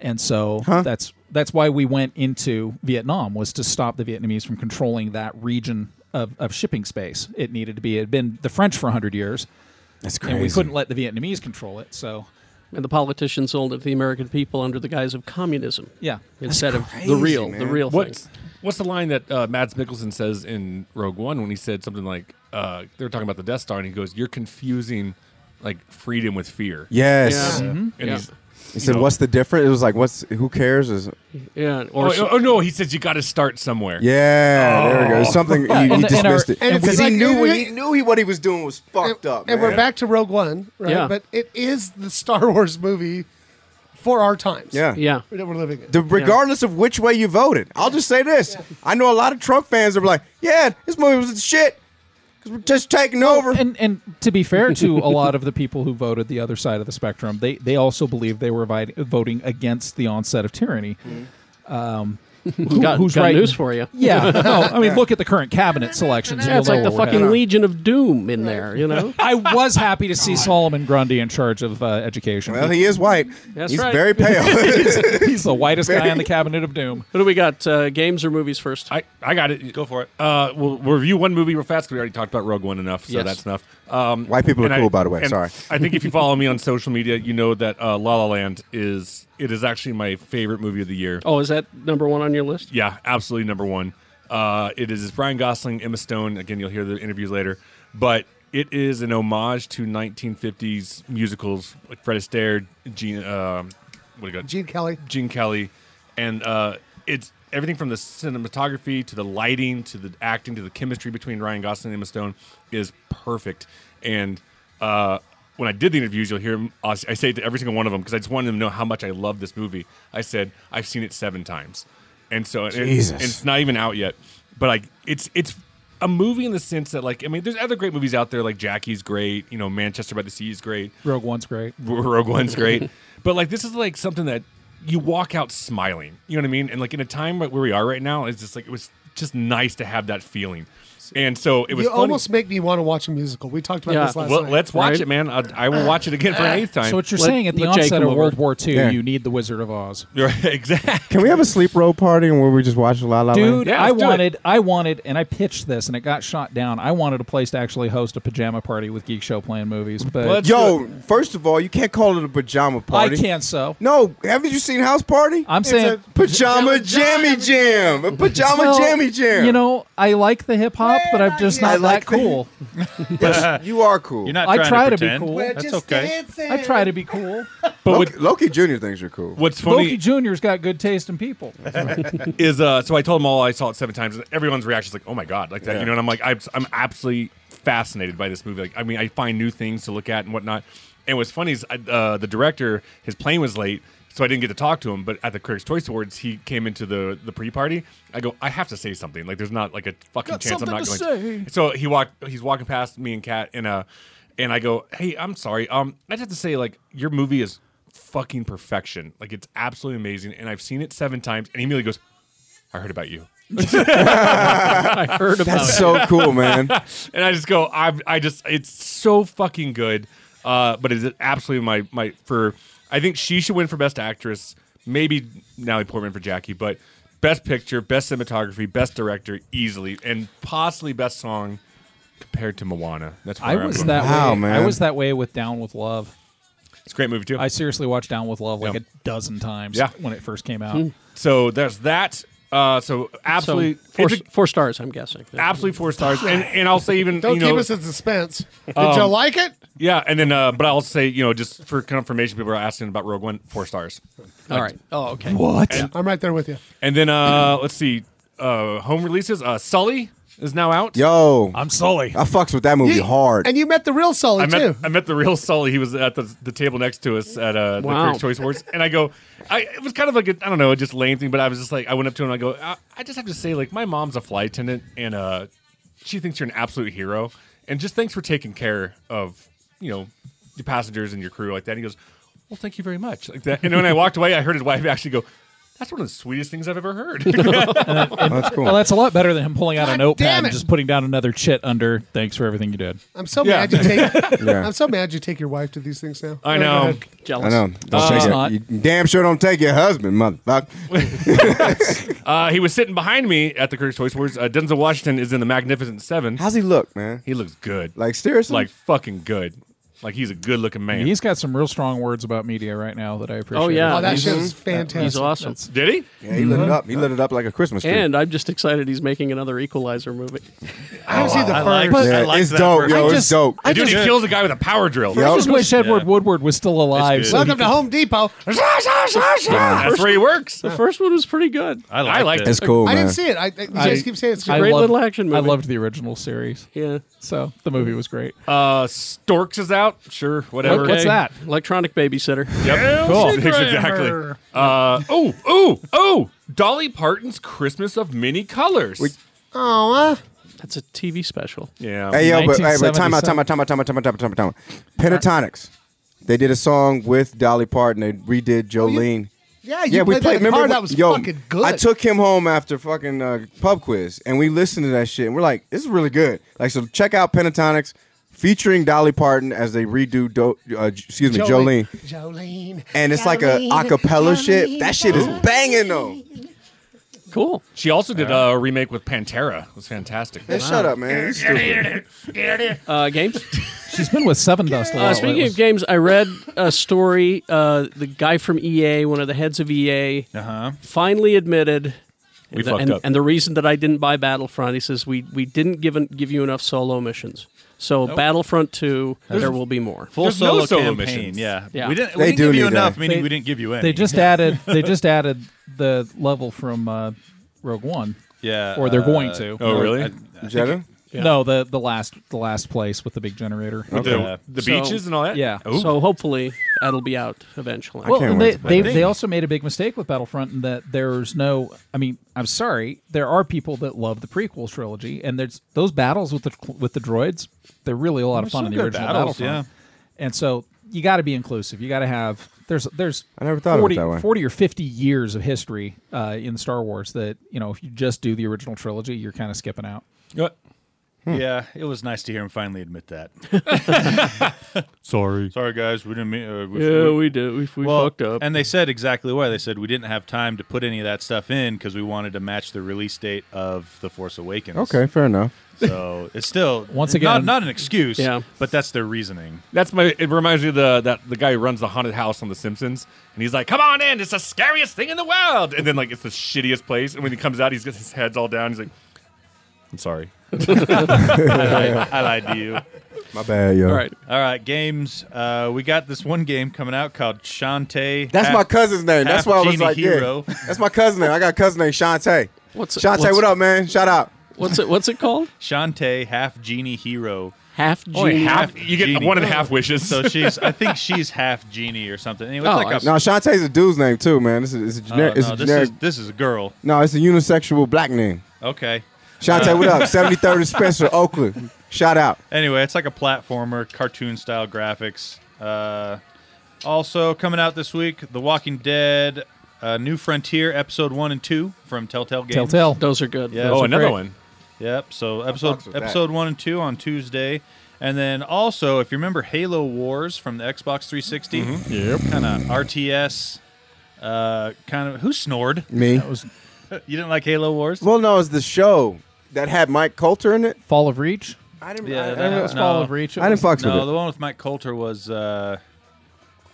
and so that's that's why we went into Vietnam was to stop the Vietnamese from controlling that region of, of shipping space. It needed to be. It had been the French for hundred years.
That's
And we
crazy.
couldn't let the Vietnamese control it. So
And the politicians sold it to the American people under the guise of communism.
Yeah. That's
Instead of
crazy,
the real, the
man.
real thing.
What's, what's the line that uh, Mads Mikkelsen says in Rogue One when he said something like uh, they were talking about the Death Star and he goes, "You're confusing like freedom with fear."
Yes.
and
Mm-hmm.
Yeah.
he's
He said, "What's the difference?" It was like, "What's who cares?" Is
Yeah.
Or oh, oh, no, he says you got to start somewhere.
yeah, there we go. It's Something
Yeah,
he, he
and- and our-
dismissed it
and
because
it's
he
like-
knew what he knew he, what he was doing was fucked up. man.
And we're back to Rogue One, right?
Yeah.
But it is the Star Wars movie for our times.
Yeah. Yeah.
That we're living in.
The, regardless of which way you voted, I'll just say this: I know a lot of Trump fans are like, "Yeah, this movie was shit because we're just taking over."
And and to be fair to a lot of the people who voted the other side of the spectrum, they they also believed they were vi- voting against the onset of tyranny. Um, who-
Got-
who's
got
right?
news for you.
Yeah, no, I mean, look at the current cabinet selections.
Yeah, it's
You'll
like
know
the
where we're
fucking
headed.
Legion of Doom in there, you know?
I was happy to see Solomon Grundy in charge of uh, education.
Well, he is
white.
That's
he's
right.
very pale. he's, he's the whitest guy in the cabinet of doom.
What do we got? Uh, games or movies first?
I, I got it. Go for it. Uh, we'll, we'll review one movie real fast because we already talked about Rogue One enough, so
Yes.
that's enough. Um,
White people are
and I-
cool, by the way.
and
Sorry.
I think if you follow me on social media, you know that uh, La La Land is it is actually my favorite movie of the year.
Oh, is that number one on your list?
Yeah, absolutely number one. Uh, it is Brian Gosling, Emma Stone. Again, you'll hear the interviews later, but it is an homage to 1950s musicals like Fred Astaire, Gene, uh, what do you got?
Gene Kelly.
Gene Kelly, and uh, it's everything from the cinematography to the lighting to the acting to the chemistry between Ryan Gosling and Emma Stone is perfect. And uh, when I did the interviews, you'll hear 'em- I s- I say it to every single one of them because I just wanted them to know how much I love this movie. I said I've seen it seven times, and so it-
Jesus.
and it's not even out yet. But like it's it's a movie in the sense that like I mean, there's other great movies out there like Jackie's great, you know, Manchester by the Sea is great.
Rogue One's great.
Rogue One's great. but like this is like something that you walk out smiling. You know what I mean? And like in a time like, where we are right now, it's just like it was just nice to have that feeling. And so it was
you
funny.
almost make me want to watch a musical. We talked about
Yeah.
this last
Well,
night.
let's watch it, man. I- I will watch it again for an eighth time.
So what you're
Let-
saying at the
let Jake
onset
come
of
over.
World War II,
Yeah.
you need the Wizard of Oz.
Right, exactly.
Can we have a sleep row party and where we just watch La La Land?
Dude, I wanted, I wanted, and I pitched this, and it got shot down. I wanted a place to actually host a pajama party with Geek Show playing movies, but
Yo, first of all, you can't call it a pajama party.
I can't so.
No, haven't you seen House Party?
I'm saying
pajama jammy jam. A pajama
Well,
jammy jam.
You know, I like the hip hop, but I'm just not that cool.
Yes, you are cool.
You're not I trying to try to be pretend. cool. We're That's just okay. I try to be cool. But
Loki, Loki Jr. thinks you're cool.
What's
Loki
funny
Jr.'s got good taste in people.
is uh so I told them all I saw it seven times and everyone's reaction is like, "Oh my god." Like that,
Yeah.
you know, and I'm like I'm, I'm absolutely fascinated by this movie. Like I mean, I find new things to look at and whatnot. And what's funny is I, uh, the director, his plane was late, so I didn't get to talk to him, but at the Critics Choice Awards, he came into the the pre-party. I go, "I have to say something." Like there's not like a fucking
Got
chance I'm not
something
going
to say.
So he walked he's walking past me and Kat and uh and I go, Hey, I'm sorry. Um I just have to say like your movie is fucking perfection. Like it's absolutely amazing and I've seen it seven times and he immediately goes, I heard about you. I
heard about That's it. so cool, man.
and I just go, I I just it's so fucking good. Uh but it's absolutely my my for I think she should win for best actress, maybe Natalie Portman for Jackie, but best picture, best cinematography, best director easily and possibly best song compared to Moana. That's where
I
I'm
was
going.
that way. I was that way with Down with Love.
It's a great movie too.
I seriously watched Down with Love like
Yeah.
a dozen times
Yeah.
when it first came out.
Hmm. So there's that. Uh, so absolutely
So, four,
it's a-
four stars, I'm guessing.
absolutely four stars. And and I'll say even
Don't
you
keep
know,
us in suspense. Did
Um,
you like it?
Yeah, and then uh, but I'll say you know just for confirmation, people are asking about Rogue One, four stars.
All right. Oh, okay.
And,
I'm right there with you.
and then uh, let's see, uh, home releases. Uh, Sully is now out.
Yo,
I'm Sully.
I fucks with that movie
Ye-
hard.
And you met the real Sully
I met,
too.
I met the real Sully. He was at the, the table next to us at uh,
Wow.
the Critics' Choice Awards, and I go, I it was kind of like a, I don't know, just lame thing, but I was just like, I went up to him, and I go, I, I just have to say, like, my mom's a flight attendant, and uh, she thinks you're an absolute hero, and just thanks for taking care of you know the passengers and your crew like that. And he goes, well, thank you very much, like that. And when I walked away, I heard his wife actually go. That's one of the sweetest things I've ever heard.
that's Well, that's a lot better than him pulling out a notepad
damn
and
it.
just putting down another chit under "Thanks for everything you did."
I'm so
Yeah.
mad you take.
Yeah.
I'm so mad you take your wife to these things now.
I
Go
know.
ahead.
I know. Don't
Uh,
take
it's
it.
not.
You damn sure don't take your husband, motherfucker.
Uh, he was sitting behind me at the Critics' Choice Awards. Uh, Denzel Washington is in the Magnificent Seven.
How's he look, man?
He looks good.
Like seriously,
Like fucking good. Like he's a good looking man.
He's got some real strong words about media right now that I appreciate.
Oh yeah,
He's-
He's- He's awesome.
That's-
Did he?
Yeah, he lit it up. He lit it up like a Christmas tree.
And I'm just excited he's making another Equalizer movie.
Oh, I haven't seen the
I
first.
like-
But-
I
Yeah,
like
it's
that
dope,
first
yo,
one.
it's dope.
I
Dude,
just-
he kills a guy with a power
Oh.
drill.
I just wish Edward Woodward was still alive.
good.
so he
Welcome
to
could-
Home Depot.
That's where he works.
The first one was pretty good.
I liked I liked it. it.
It's cool,
I
man.
didn't see it. I, I- you guys keep saying it's
I
good.
loved-
action
I
movie.
loved the original series.
Yeah.
So the movie was great.
Uh, Storks is out. Sure, whatever.
Okay. What's that?
Electronic babysitter.
Yep.
Cool.
exactly. Uh, oh, oh, oh! Dolly Parton's Christmas of Many Colors.
Oh, uh,
That's a TV special.
Yeah.
Hey yo, but, hey, but time out, time out, time out, time out, time out, time out, time out, time out. Pentatonics. They did a song with Dolly Parton. They redid Jolene.
yeah, you played that in the car. That was fucking good.
I took him home after fucking uh, pub quiz, and we listened to that shit, and we're like, "This is really good." Like, so check out Pentatonics featuring Dolly Parton as they redo, Do- uh, j- excuse me, Jolene,
Jolene.
and it's like a
Jolene,
acapella shit.
Jolene,
That shit is
Jolene.
banging though.
Cool.
She also did uh, a remake with Pantera. It was fantastic.
Man, shut up, man.
Uh, games.
She's been with Seven Dust. a
Uh,
lot
speaking
lately.
of games, I read a story. Uh, the guy from EA, one of the heads of EA,
Uh-huh.
finally admitted.
We
the-
fucked
and,
up.
and the reason that I didn't buy Battlefront, he says, we we didn't give en- give you enough solo missions. So
Nope.
Battlefront Two,
There's-
there will be more.
Full There's solo no solo campaign, missions. yeah. We didn't- we They didn't do give you need enough, that. meaning we didn't give you any.
They just added. They just added the level from uh, Rogue One.
Yeah,
Or they're
uh,
going to.
oh, really?
I- I think
Jeddah?
it-
Yeah.
No, the the last the last place with the big generator.
With the- Okay. the beaches and all that?
Yeah.
Ooh.
So hopefully that'll be out eventually.
Well, and they, they, they also made a big mistake with Battlefront in that there's no. I mean, I'm sorry. There are people that love the prequel trilogy, and there's those battles with the with the droids. They're really a lot of
There's
fun
some
in the
good
original
battles,
Battlefront. And so you got to be inclusive. You got to have there's there's I
never thought of it
40,
that way.
40 or 50 years of history uh, in Star Wars that, you know, if you just do the original trilogy, you're kind of skipping out.
Hmm.
Yeah, it was nice to hear him finally admit that.
Sorry.
Sorry, guys. We didn't mean. Uh,
Yeah, we did. We- we fucked up.
And they said exactly why. They said we didn't have time to put any of that stuff in because we wanted to match the release date of The Force Awakens.
Okay, fair enough.
So it's still
Once
not-
again-
not, an excuse.
Yeah.
But that's their reasoning.
That's my. It reminds me of the that the guy who runs the haunted house on The Simpsons, and he's like, "Come on in, it's the scariest thing in the world." And then like it's the shittiest place, and when he comes out, he's got his head's all down. He's like, "I'm sorry,
I, lied, I lied to you.
My bad, yo.
All right, all right. Games. Uh, we got this one game coming out called Shantae.
That's
Half-
my cousin's name. That's
Half
why I was
Genie
like,
Hero.
yeah. That's my cousin name. I got a cousin named Shantae.
What's-
Shantae?
what's-
what up, man? Shout out.
What's it? What's it called?
Shantae, half genie hero.
Half
Only
genie.
Oh, half- you get
genie.
one and a half
wishes.
So she's, I think she's half genie or something.
Oh,
Anyway, it's like a,
no, Shantae's a dude's name too, man. This is it's a
Oh,
generic. it's
no,
a
this
generic.
is this is a girl.
no, it's a unisexual black name.
Okay.
Shantae, what
Uh,
up? 73rd and Spencer, Oakland. Shout out.
Anyway, it's like a platformer, cartoon style graphics. Uh, also coming out this week, The Walking Dead, uh, New Frontier, episode one and two from Telltale Games.
Telltale.
Those are good.
Yeah.
Oh, another one.
Yep. So
fucks
episode
with that.
episode one and two on Tuesday, and then also if you remember Halo Wars from the Xbox 360,
Yep.
kind of RTS, uh, kind of who snored?
Me.
That was- you didn't like Halo Wars?
Well, no, it's the show that had Mike Coulter in it.
Fall of Reach.
I didn't.
Yeah,
I,
that
I,
was
no. I didn't fucks
no,
with it.
the one with Mike Coulter was. Uh,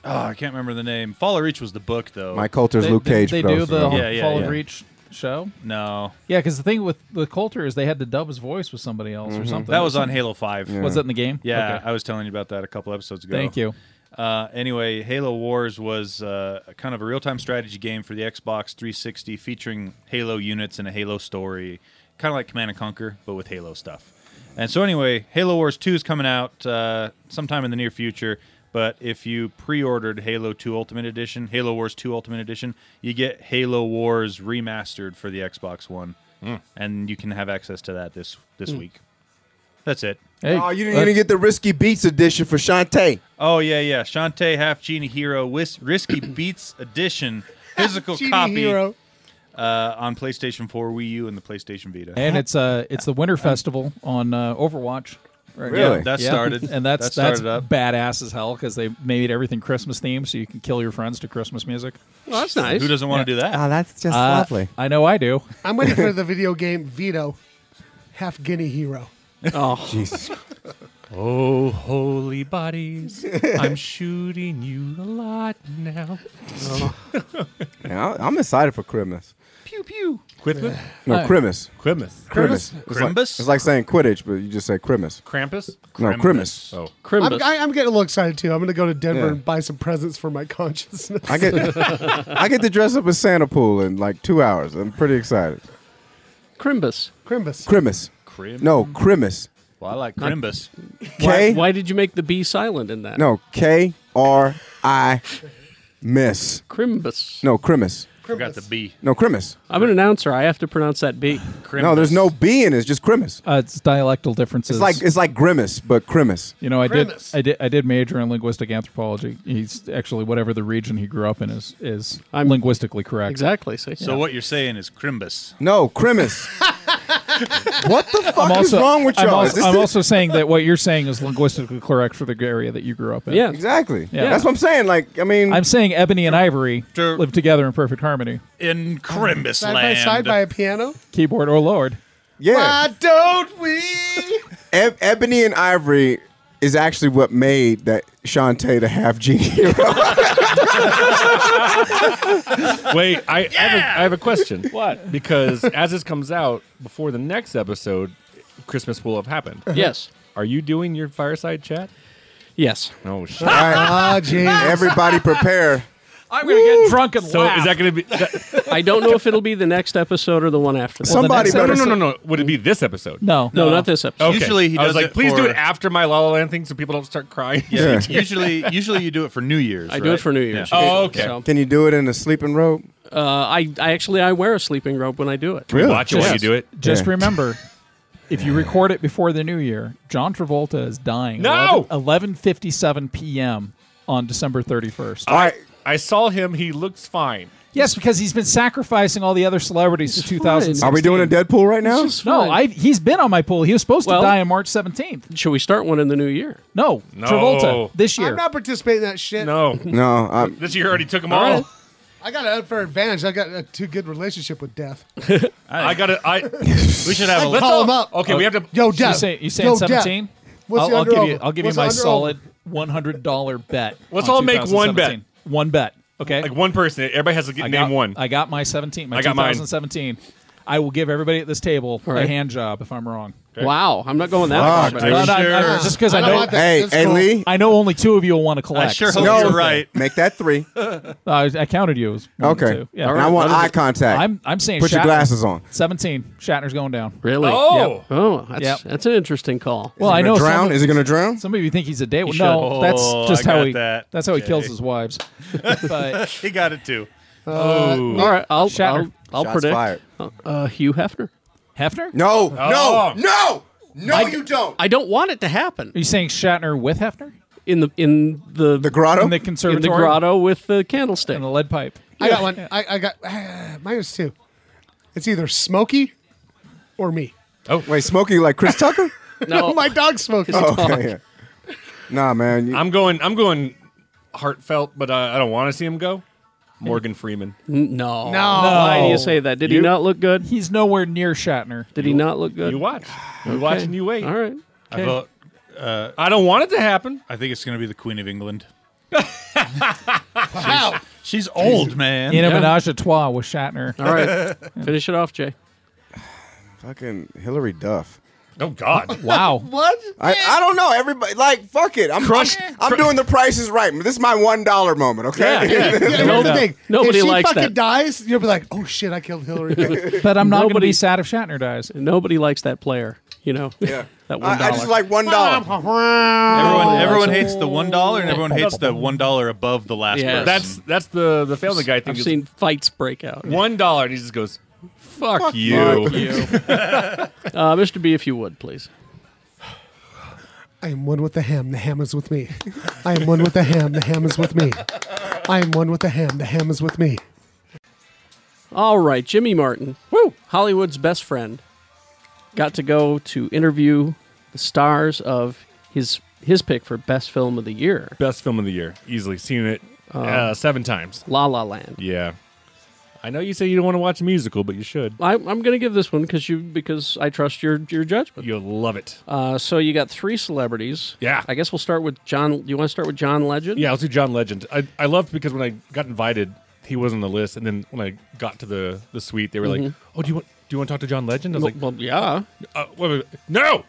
oh, I can't remember the name. Fall of Reach was the book, though.
Mike Coulter's They- Luke they- Cage
They
for
do
those
the
Yeah, yeah,
Fall
yeah.
of Reach show.
No.
Yeah, because the thing with the Coulter is they had to dub his voice with somebody else
Mm-hmm.
or something.
That was on Halo Five.
Was it in the game?
Yeah,
Okay.
I was telling you about that a couple episodes ago.
Thank you.
Uh, anyway, Halo Wars was uh, kind of a real-time strategy game for the Xbox 360, featuring Halo units and a Halo story, kind of like Command and Conquer, but with Halo stuff. And so, anyway, Halo Wars 2 is coming out uh, sometime in the near future. But if you pre-ordered Halo 2 Ultimate Edition, Halo Wars 2 Ultimate Edition, you get Halo Wars remastered for the Xbox One,
Hmm.
and you can have access to that this this
Hmm.
Mm.
week. That's it.
oh, you didn't even get the Risky Beats edition for Shantae.
Oh yeah, yeah. Shantae Half Genie Hero Whis- Risky Beats Edition physical
Genie
copy
Hero.
Uh, on PlayStation 4, Wii U, and the PlayStation Vita.
And it's uh it's the Winter Festival on uh, Overwatch. Right
Really? Yeah, that started-
and that's
that started
that's badass as hell because they made everything Christmas themed, so you can kill your friends to Christmas music.
Well, that's nice. Who doesn't wanna do that?
Oh, that's just
Uh,
lovely.
I know I do.
I'm waiting for the video game Vito, half guinea hero.
Oh,
Jesus.
Oh, holy bodies, I'm shooting you a lot now.
Yeah, I- I'm excited for Christmas.
pew pew. Quithman?
No,
Oh.
Alright.
Christmas.
Christmas.
Christmas.
Christmas?
It's like,
Crimbus?
it's like saying Quidditch, but you just say Christmas.
Krampus?
No, Christmas.
Oh.
I'm, I, I'm getting a little excited too. I'm going to go to Denver
Yeah.
and buy some presents for my consciousness.
I get I get to dress up as Santa Pool in like two hours. I'm pretty excited.
Crimbus.
Crimbus.
Crimbus.
Crim-
No, Crimbus.
Well, I like
Not-
Crimbus.
Why,
K?
why did you make the B silent in that?
No, K R I miss.
Crimbus.
No, Crimus.
Forgot
the B.
No, Crimus.
I'm an announcer. I have to pronounce that B.
No, there's no B in it. It's just Crimus.
Uh, it's dialectal differences.
It's like it's like grimace, but Crimus.
You know, I did, I did, I did major in linguistic anthropology. He's actually whatever the region he grew up in is is linguistically correct.
Exactly. See?
So what you're saying is Crimbus.
No, Crimus. what the fuck
I'm
is
also,
wrong with
I'm
y'all? Is
also,
this
I'm
the-
also saying that what you're saying is linguistically correct for the area that you grew up in.
Yeah.
exactly. That's what I'm saying. Like, I mean,
I'm saying ebony and ivory
Sure.
live together in perfect harmony.
In Crimbus
side
land.
by side by a piano.
Keyboard or Lord.
yeah.
Why don't we?
Eb- Ebony and Ivory is actually what made that Shantae the half genie hero.
Wait, I, I, have a, I have a question.
What?
Because as this comes out, before the next episode, Christmas will have happened.
Yes.
Are you doing your fireside chat?
Yes.
Oh, shit.
Ah,
jeez.
Everybody prepare.
I'm gonna get drunk and
So is that going to be.
I don't know if it'll be the next episode or the one after. that.
Somebody better. No, no, no, no. Would it be this episode?
No.
No, not this episode.
Okay.
Usually he
I was
does
like,
it
please do
for-
it after my La La Land thing so people don't start crying.
Yeah. usually, usually you do it for New Year's.
I do it
right?
for New Year's.
Yeah. Oh, okay.
So,
Can you do it in a sleeping robe?
uh, I, I actually I wear a sleeping robe when I do it.
Really?
Watch it while you do it.
Just
Yeah.
remember, if you record it before the new year, John Travolta is dying.
No!
eleven fifty seven p.m. on December thirty first.
I, I saw him. He looks fine.
Yes, because he's been sacrificing all the other celebrities to 2000.
Are we doing a Deadpool right now?
No, I, he's been on my pool. He was supposed
Well-
to die on March 17th.
Should we start one in the new year?
No,
No.
Travolta this year.
I'm not participating in that shit.
No.
No, I'm,
This year already took them
All
all.
right.
I got an unfair advantage. I got a too good relationship with death.
I got to. I. We should have a
Let's
let's
call
all-
him up.
Okay, we have to.
Yo, Dev.
You say you saying
Yo, Dev.
17?
What's
Uh, I'll,
the
I'll
under
give you
over?
I'll give
What's
you
the
my
under
solid $100 bet.
Let's
on
all make one bet.
2017. One bet. Okay.
Like one person. Everybody has to get,
I
name
got,
one.
I got my 17. My
I got mine.
2017. I will give everybody at this table a
right.
hand job if I'm wrong.
Wow, I'm not going that far.
Fuck,
but-
dude.
No, no, I- I- just because I,
I don't
know,
want that. Hey, That's hey, cool. Lee.
I know only two of you will want to collect. so-
no, Make that three.
I, I counted you. As one
Okay.
and two. Yeah.
And I want eye contact.
I'm, I'm saying
Put your
Shatner.
glasses on.
17. Shatner's going down.
Really?
Oh.
Yep.
Oh, that's,
Yep.
that's an interesting call.
Well, I
gonna
know
drown?
some-
Is he gonna drown?
Some of you think he's a
He
day. no,
should.
that's
Oh,
just
I
how
got
he.
that.
That's how he kills
Okay.
his wives. But uh,
he got it too.
Uh, All right, I'll
Shatner.
I'll, I'll
Shots
predict
fired.
Uh, Hugh Hefner.
Hefner?
No,
Oh.
no, no, no,
I-
you don't.
I don't want it to happen
Are you saying Shatner with Hefner
in the in the
The grotto?
in Oh. the
in the
conservatory
grotto with the candlestick.
and the lead pipe?
I got one. I, I got minus two. It's either Smokey or me.
Wait, Smokey like Chris Tucker?
No,
my dog Smokey.
oh, okay. yeah. Nah, man. you-
I'm going. I'm going heartfelt, but uh, I don't want to see him go. Morgan Freeman.
N- no,
No.
Why do you say that? Did he
You-
not look good?
He's nowhere near Shatner.
Did he not look good?
You watch. You watch and you wait.
All right.
I vote. Uh,
I don't want it to happen.
I think it's going to be the Queen of England.
Wow.
She's old, man.
In a
Yeah.
menage a trois with Shatner.
All right. Finish it off, Jay.
Fucking Hillary Duff.
Oh God.
Wow.
What?
I, I don't know. Everybody, like, fuck it. I'm
Crush-
I'm, I'm doing the prices right. This is my one dollar moment. Okay.
Yeah, here's
No,
the
no.
thing.
Nobody
if she
likes
fucking
that.
dies, you'll be like, "Oh shit, I killed Hillary."
But I'm not going to
Nobody-
be sad if Shatner dies.
Nobody likes that player. You know.
Yeah.
that one
I, I
dollar.
just like Oh, one dollar.
Everyone, everyone hates the one dollar, and everyone hates the one dollar above the last.
Yes.
person.
That's that's the the Family Guy thing.
I've
is
seen fights break out.
one dollar, and he just goes, "Fuck, you."
fuck
Uh, Mr. B, if you would please.
I am one with the ham. The ham is with me. I am one with the ham. The ham is with me. I am one with the ham. The ham is with me.
All right, Jimmy Martin. Woo! Hollywood's best friend got to go to interview the stars of his his pick for best film of the year,
Best film of the year, easily seen it uh, seven uh, times.
La La Land.
Yeah. I know you say you don't want to watch a musical, but you should.
I, I'm going to give this one because you because I trust your your judgment.
You'll love it.
Uh, so you got three celebrities.
Yeah.
I guess we'll start with John. You want to start with John Legend?
Yeah, let's do John Legend. I, I loved because when I got invited, he was on the list, and then when I got to the the suite, they were
Mm-hmm.
like,
Mhm.
"Oh, do you want do you want to talk to John Legend?" I was
Well-
like,
well, yeah.
Uh, wait, wait, wait. no,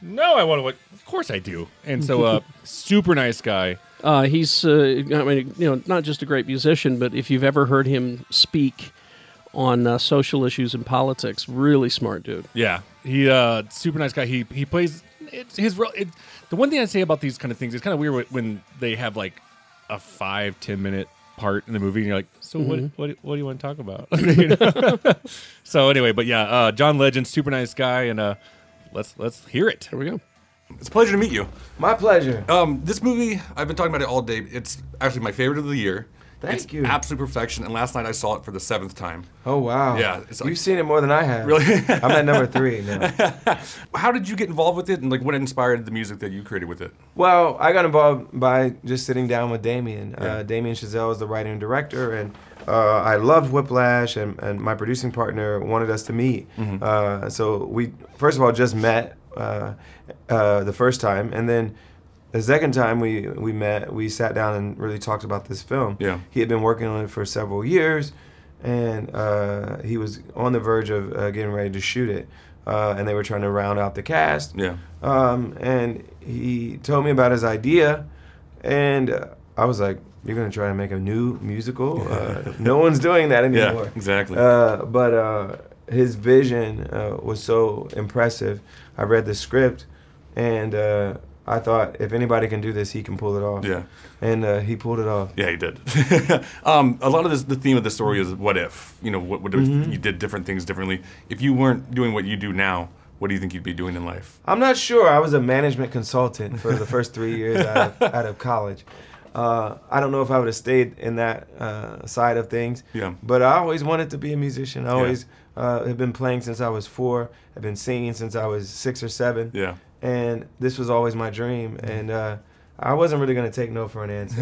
no, I want to. What? Of course I do. And so, uh, super nice guy.
Uh, he's, uh, I mean, you know, not just a great musician, but if you've ever heard him speak on uh, social issues and politics, really smart dude.
Yeah, he uh, super nice guy. He he plays it's his role. It, the one thing I say about these kind of things, it's kind of weird wh- when they have like a five ten minute part in the movie, and you're like, so
Mm-hmm.
Mhm.
what what what do you want to talk about? You know? so anyway, but yeah, uh, John Legend, super nice guy, and uh, let's let's hear it. Here
we go.
It's a pleasure to meet you. My pleasure. Um, this movie, I've been talking about it all day. It's actually my favorite of the year.
Thank
it's
you.
Absolute perfection. And last night I saw it for the seventh time.
Oh wow!
Yeah,
you've seen it more than I have. Really? I'm at number three now.
How did you get involved with it, and like what inspired the music that you created with it?
Well, I got involved by just sitting down with Damien. Uh, Damien Chazelle is the writer and director, and uh, I loved Whiplash, and, and my producing partner wanted us to meet.
Mhm.
Uh, so we, first of all, just met uh, uh, the first time, and then the second time we, we met, we sat down and really talked about this film.
Yeah.
He had been working on it for several years, and uh, he was on the verge of uh, getting ready to shoot it. Uh, and they were trying to round out the cast
Yeah.
um, and he told me about his idea, and uh, I was like, "You're gonna try to make a new musical? Uh, no one's doing that
Yeah,
anymore."
exactly.
Uh, but uh, his vision uh, was so impressive. I read the script, and uh, I thought, if anybody can do this, he can pull it off.
Yeah.
and uh, he pulled it off.
Yeah, he did. um, a lot of this, the theme of the story is what if? You know, what, what if
Mhm.
you did different things differently? If you weren't doing what you do now, what do you think you'd be doing in life?
I'm not sure. I was a management consultant for the first three years out of, out of college. Uh, I don't know if I would have stayed in that uh, side of things.
Yeah.
But I always wanted to be a musician. I
Yeah.
always uh, have been playing since I was four. I've been singing since I was six or seven.
Yeah.
And this was always my dream. And uh, I wasn't really going to take no for an answer.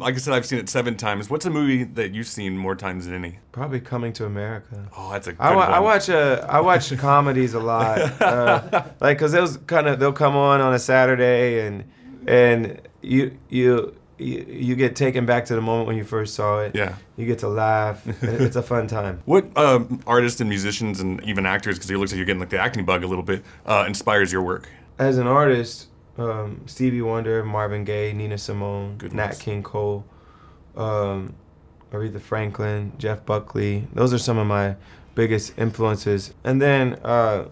Like I said, I've seen it seven times. What's a movie that you've seen more times than any?
Probably coming to America.
Oh, that's a good
I, wa- I
one.
watch uh, I watch comedies a lot, uh, like because those kind of they'll come on on a Saturday and and you you you you get taken back to the moment when you first saw it.
Yeah.
you get to laugh. It- it's a fun time.
What um, artists and musicians and even actors, because it looks like you're getting like the acting bug a little bit, uh, inspires your work?
As an artist, um, Stevie Wonder, Marvin Gaye, Nina Simone, Nat King Cole, um, Aretha Franklin, Jeff Buckley. Those are some of my biggest influences. And then uh,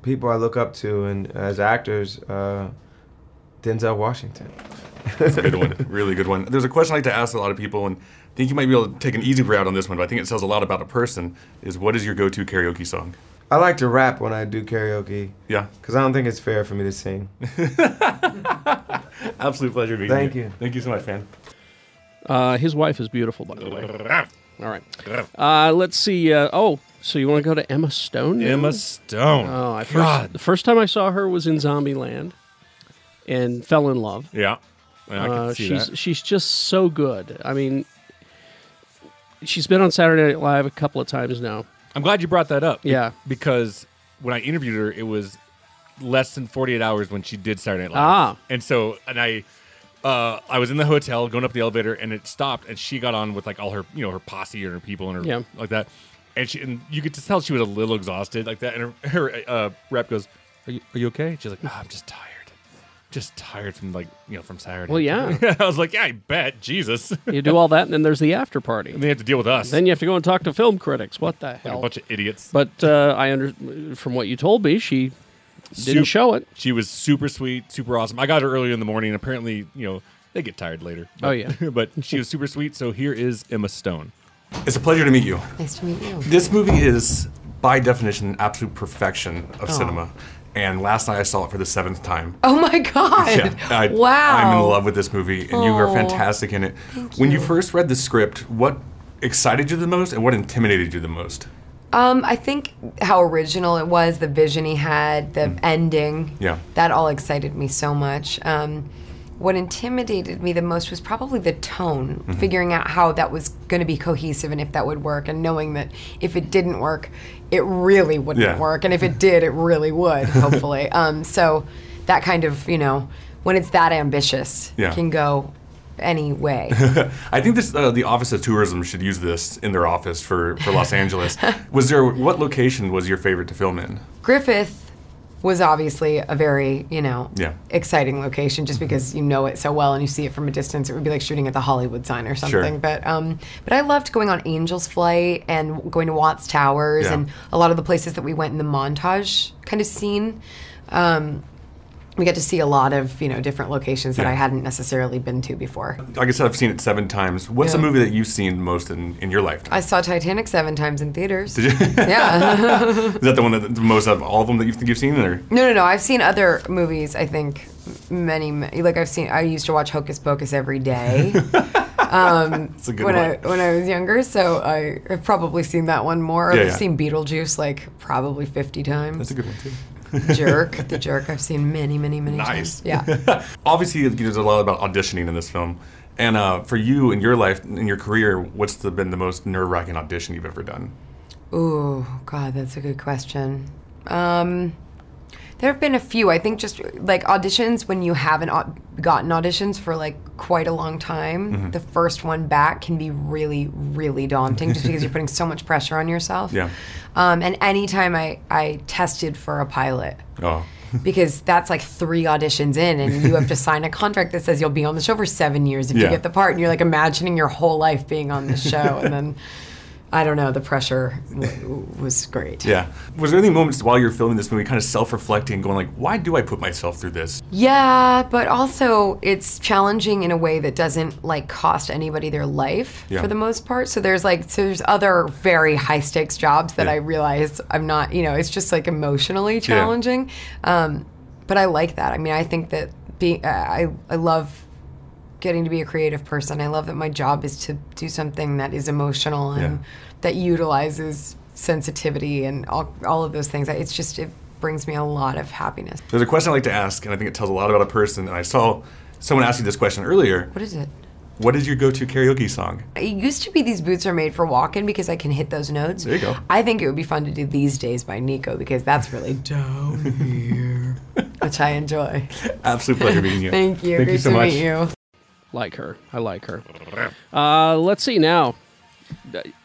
people I look up to, and as actors, uh, Denzel Washington.
That's a good one. Really good one. There's a question I like to ask a lot of people, and I think you might be able to take an easy route on this one, but I think it says a lot about a person, is what is your go-to karaoke song?
I like to rap when I do karaoke.
Yeah.
Because I don't think it's fair for me to sing.
Absolute pleasure meeting
Thank
you.
you.
Thank you so much, man.
Uh, his wife is beautiful, by the way. All right. Uh, let's see. Uh, oh, so you want to go to Emma Stone? now?
Emma Stone.
Oh, I
God.
first, the first time I saw her was in Zombieland, and fell in love. Uh,
Yeah. Yeah, I can see
she's
that.
she's just so good. I mean, she's been on Saturday Night Live a couple of times now.
I'm glad you brought that up.
Yeah.
because when I interviewed her, it was less than 48 hours when she did Saturday Night
Ah.
Live. and so and I. Uh, I was in the hotel going up the elevator and it stopped and she got on with like all her you know her posse and her people and her
Yeah.
like that and she and you could just tell she was a little exhausted like that and her, her uh, rep goes are you, are you okay she's like "Ah, I'm just tired just tired from like you know from Saturday
Well, yeah.
I was like yeah I bet Jesus
You do all that, and then there's the after party.
and they have to deal with us
Then you have to go and talk to film critics. What the
like a
hell?
bunch of idiots
But uh, I under from what you told me, she didn't
Sup-
show it.
She was super sweet, super awesome. I got her earlier in the morning. Apparently, you know, they get tired later.
Oh, yeah.
but she was super sweet. So here is Emma Stone.
It's a pleasure to meet you.
Nice to meet you.
This movie is, by definition, absolute perfection of
Oh.
cinema. And last night I saw it for the seventh time.
Oh my god!
I,
wow.
I'm in love with this movie, and you are
Oh.
fantastic in it. when you. first read the script, what excited you the most, and what intimidated you the most?
Um, I think how original it was,
Mm.
the vision he had, the ending.
Yeah.
That all excited me so much. Um, what intimidated me the most was probably the tone,
Mm-hmm.
Mhm.
figuring out how that was going to be cohesive and if that would work, and knowing that if it didn't work, it really wouldn't
Yeah.
work, and if it did, it really would, hopefully. um, so that kind of, you know, when it's that ambitious,
Yeah.
it can go any way.
I think this uh, the Office of Tourism should use this in their office for, for Los Angeles. Was there what location was your favorite to film in?
Griffith was obviously a very, you know,
Yeah.
exciting location
Mm-hmm.
just because you know it so well and you see it from a distance. It would be like shooting at the Hollywood sign or
Sure.
something. But um, but I loved going on Angel's Flight and going to Watts Towers
Yeah.
and a lot of the places that we went in the montage kind of scene. Um, we got to see a lot of you know different locations that
Yeah.
I hadn't necessarily been to before.
Like I said, I've seen it seven times. What's a
Yeah.
movie that you've seen most in, in your life?
I saw Titanic seven times in theaters.
Did you?
yeah.
Is that the one that the most out of all of them that you think you've seen? Or
No, no, no. I've seen other movies. I think m- many, many like I've seen. I used to watch Hocus Pocus every day. Um,
That's a good
when
one.
I when I was younger, so I have probably seen that one more.
Yeah,
I've
yeah.
seen Beetlejuice like probably fifty times.
That's a good one, too.
jerk, the jerk. I've seen many, many, many
Nice.
times. Yeah.
obviously there's a lot about auditioning in this film. And uh, for you in your life, in your career, what's the, been the most nerve-wracking audition you've ever done?
Ooh, God, that's a good question. Um, there have been a few. I think just like auditions when you haven't au- gotten auditions for like quite a long time,
Mhm.
the first one back can be really, really daunting just because you're putting so much pressure on yourself.
Yeah.
Um, and anytime I, I tested for a pilot,
Oh.
because that's like three auditions in and you have to sign a contract that says you'll be on the show for seven years if you
Yeah.
get the part and you're like imagining your whole life being on the show and then i don't know the pressure w- was great
Yeah. Was there any moments while you're filming this movie kind of self-reflecting, going like, why do I put myself through this?
yeah but also it's challenging in a way that doesn't like cost anybody their life
Yeah.
for the most part so there's like so there's other very high stakes jobs that
Yeah.
i realize i'm not you know it's just like emotionally
Yeah.
challenging um, but i like that i mean i think that being uh, i i love getting to be a creative person. I love that my job is to do something that is emotional and
Yeah.
that utilizes sensitivity and all, all of those things. It's just, it brings me a lot of happiness.
There's a question I like to ask, and I think it tells a lot about a person. And I saw someone ask you this question earlier.
What is it?
What is your go-to karaoke song?
It used to be these boots are made for walking because I can hit those notes.
There you go.
I think it would be fun to do These Days by Nico because that's really down here, which I enjoy.
Absolute pleasure meeting you.
Thank you.
Thank
Great
you so
to
much.
meet you.
Like her. I like her. Uh, let's see now.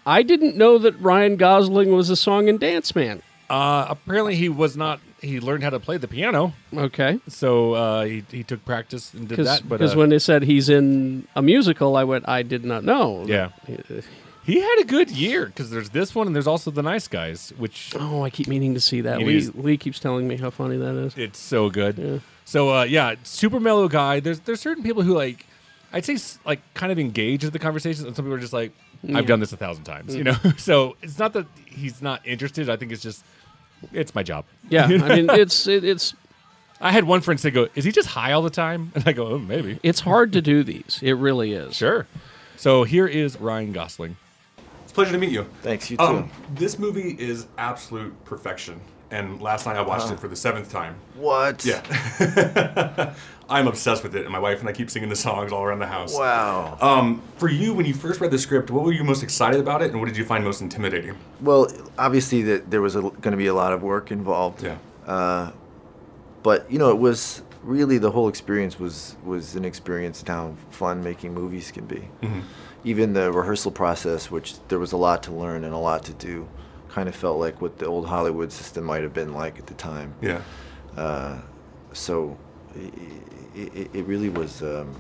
I didn't know that Ryan Gosling was a song and dance man.
Uh, apparently, he was not. He learned how to play the piano.
Okay.
So uh, he, he took practice and did
Because
that. But uh,
when they said he's in a musical, I went, I did not know.
Yeah.
uh,
he had a good year because there's this one and there's also the Nice Guys, which
oh, I keep meaning to see that. Lee, Lee keeps telling me how funny that is.
It's so good. So uh, yeah, super mellow guy. There's there's certain people who like I'd say s- like kind of engage with the conversations, and some people are just like
Yeah.
I've done this a thousand times, you know.
Mm.
so it's not that he's not interested. I think it's just it's my job.
Yeah, I mean, it's it, it's.
I had one friend say, "Go, is he just high all the time?" And I go, "Oh, maybe."
It's hard to do these. It really is.
Sure. So here is Ryan Gosling.
It's a pleasure to meet you. Um,
Thanks, you
this movie is absolute perfection, and last night I watched
Wow.
it for the seventh time.
What?
Yeah. I'm obsessed with it, and my wife and I keep singing the songs all around the house.
Wow.
Um, for you, when you first read the script, what were you most excited about it, and what did you find most intimidating?
Well, obviously that there was going to be a lot of work involved.
Yeah.
Uh, but you know, it was really the whole experience was was an experience in how fun making movies can be.
Mm-hmm.
Mhm.
Even the rehearsal process, which there was a lot to learn and a lot to do, kind of felt like what the old Hollywood system might have been like at the time.
Yeah.
Uh, so it, it, it really was. Um,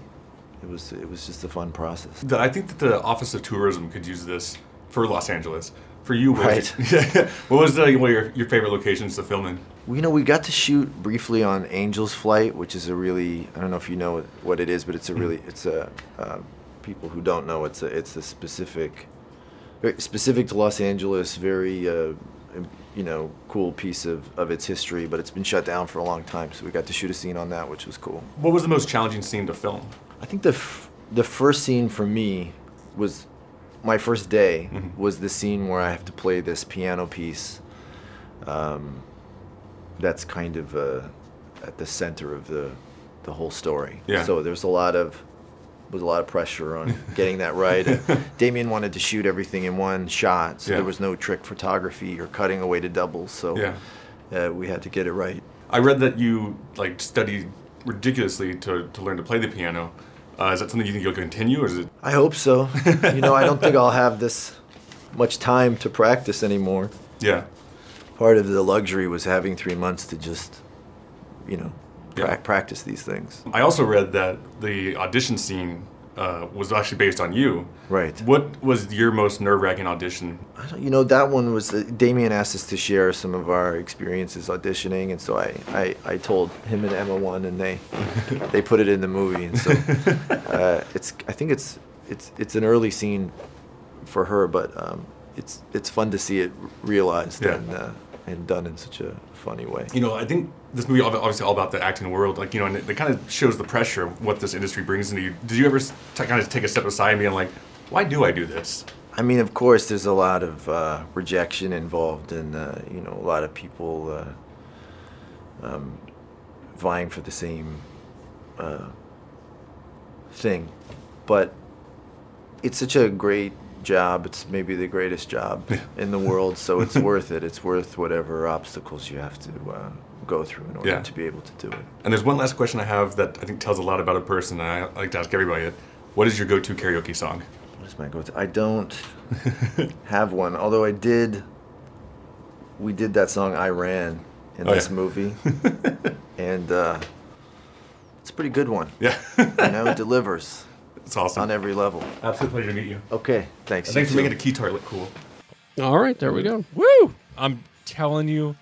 it was it was just a fun process.
The- I think that the Office of Tourism could use this for Los Angeles. For you, what was, what was the, what your, your favorite locations to film in?
Well, You know, we got to shoot briefly on Angel's Flight, which is a really I don't know if you know what it is, but it's a really it's a uh, people who don't know it's a it's a specific very specific to Los Angeles, very uh, im- you know cool piece of of its history, but it's been shut down for a long time, so we got to shoot a scene on that, which was cool.
What was the most challenging scene to film?
I think the f- the first scene for me was my first day
Mm-hmm.
was the scene where I have to play this piano piece. Um, that's kind of uh, at the center of the the whole story.
Yeah.
So there's a lot of was a lot of pressure on getting that right. And Damien wanted to shoot everything in one shot, so
Yeah.
there was no trick photography or cutting away to doubles. So
Yeah.
uh, we had to get it right.
I read that you like studied ridiculously to, to learn to play the piano. Uh, is that something you think you'll continue, or is it?
I hope so. you know, I don't think I'll have this much time to practice anymore.
Yeah.
Part of the luxury was having three months to just, you know, pra- practice these things.
I also read that the audition scene uh, was actually based on you.
Right.
What was your most nerve-wracking audition?
I don't- You know, that one was uh, Damien asked us to share some of our experiences auditioning, and so I, I, I told him and Emma one, and they they put it in the movie, and so uh, it's I think it's it's it's an early scene for her, but um, it's it's fun to see it realized
Yeah.
and uh, and done in such a funny way.
You know, I think this movie ob- obviously all about the acting world, like you know, and it, it kind of shows the pressure of what this industry brings into you. Did you ever s- t- kind of take a step aside and being like, why do I do this?
I mean, of course, there's a lot of uh, rejection involved, and uh, you know, a lot of people uh, um, vying for the same uh, thing. But it's such a great job. It's maybe the greatest job in the world, so it's worth it. It's worth whatever obstacles you have to uh, go through in order
Yeah.
to be able to do it.
And there's one last question I have that I think tells a lot about a person, and I like to ask everybody it. What is your go-to karaoke song?
What is my go-to? I don't have one. Although I did, we did that song "I Ran" in
Oh,
this
yeah.
movie, and uh, it's a pretty good one.
Yeah,
you know, it delivers.
It's awesome
on every level.
Absolute pleasure to meet you.
Okay, thanks.
And thanks for
You
making
too.
the keytar look cool.
All right, there we go.
Woo! I'm telling you,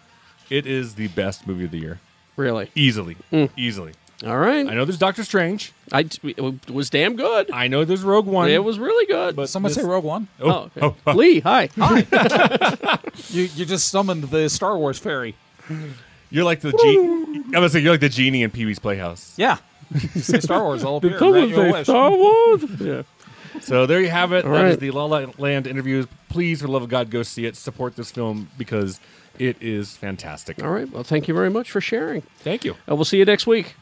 it is the best movie of the year.
Really?
Easily.
Mm.
Easily.
All right.
I know there's Doctor Strange.
I it was damn good.
I know there's Rogue One.
It was really good.
But
Someone
this-
say Rogue One.
Oh,
Oh, okay. Lee, hi. Hi.
you you just summoned the Star Wars fairy.
You're like the
genie.
I was saying you're like the genie in Pee Wee's Playhouse.
Yeah. You say Star Wars all up
Did
here.
someone
grant you a
say
wish.
Star
Wars? Yeah.
So there you have it. That
All
is
right.
the La La Land interviews. Please, for the love of God, go see it. Support this film because it is fantastic.
All right. Well, thank you very much for sharing.
Thank you.
Uh, we'll see you next week.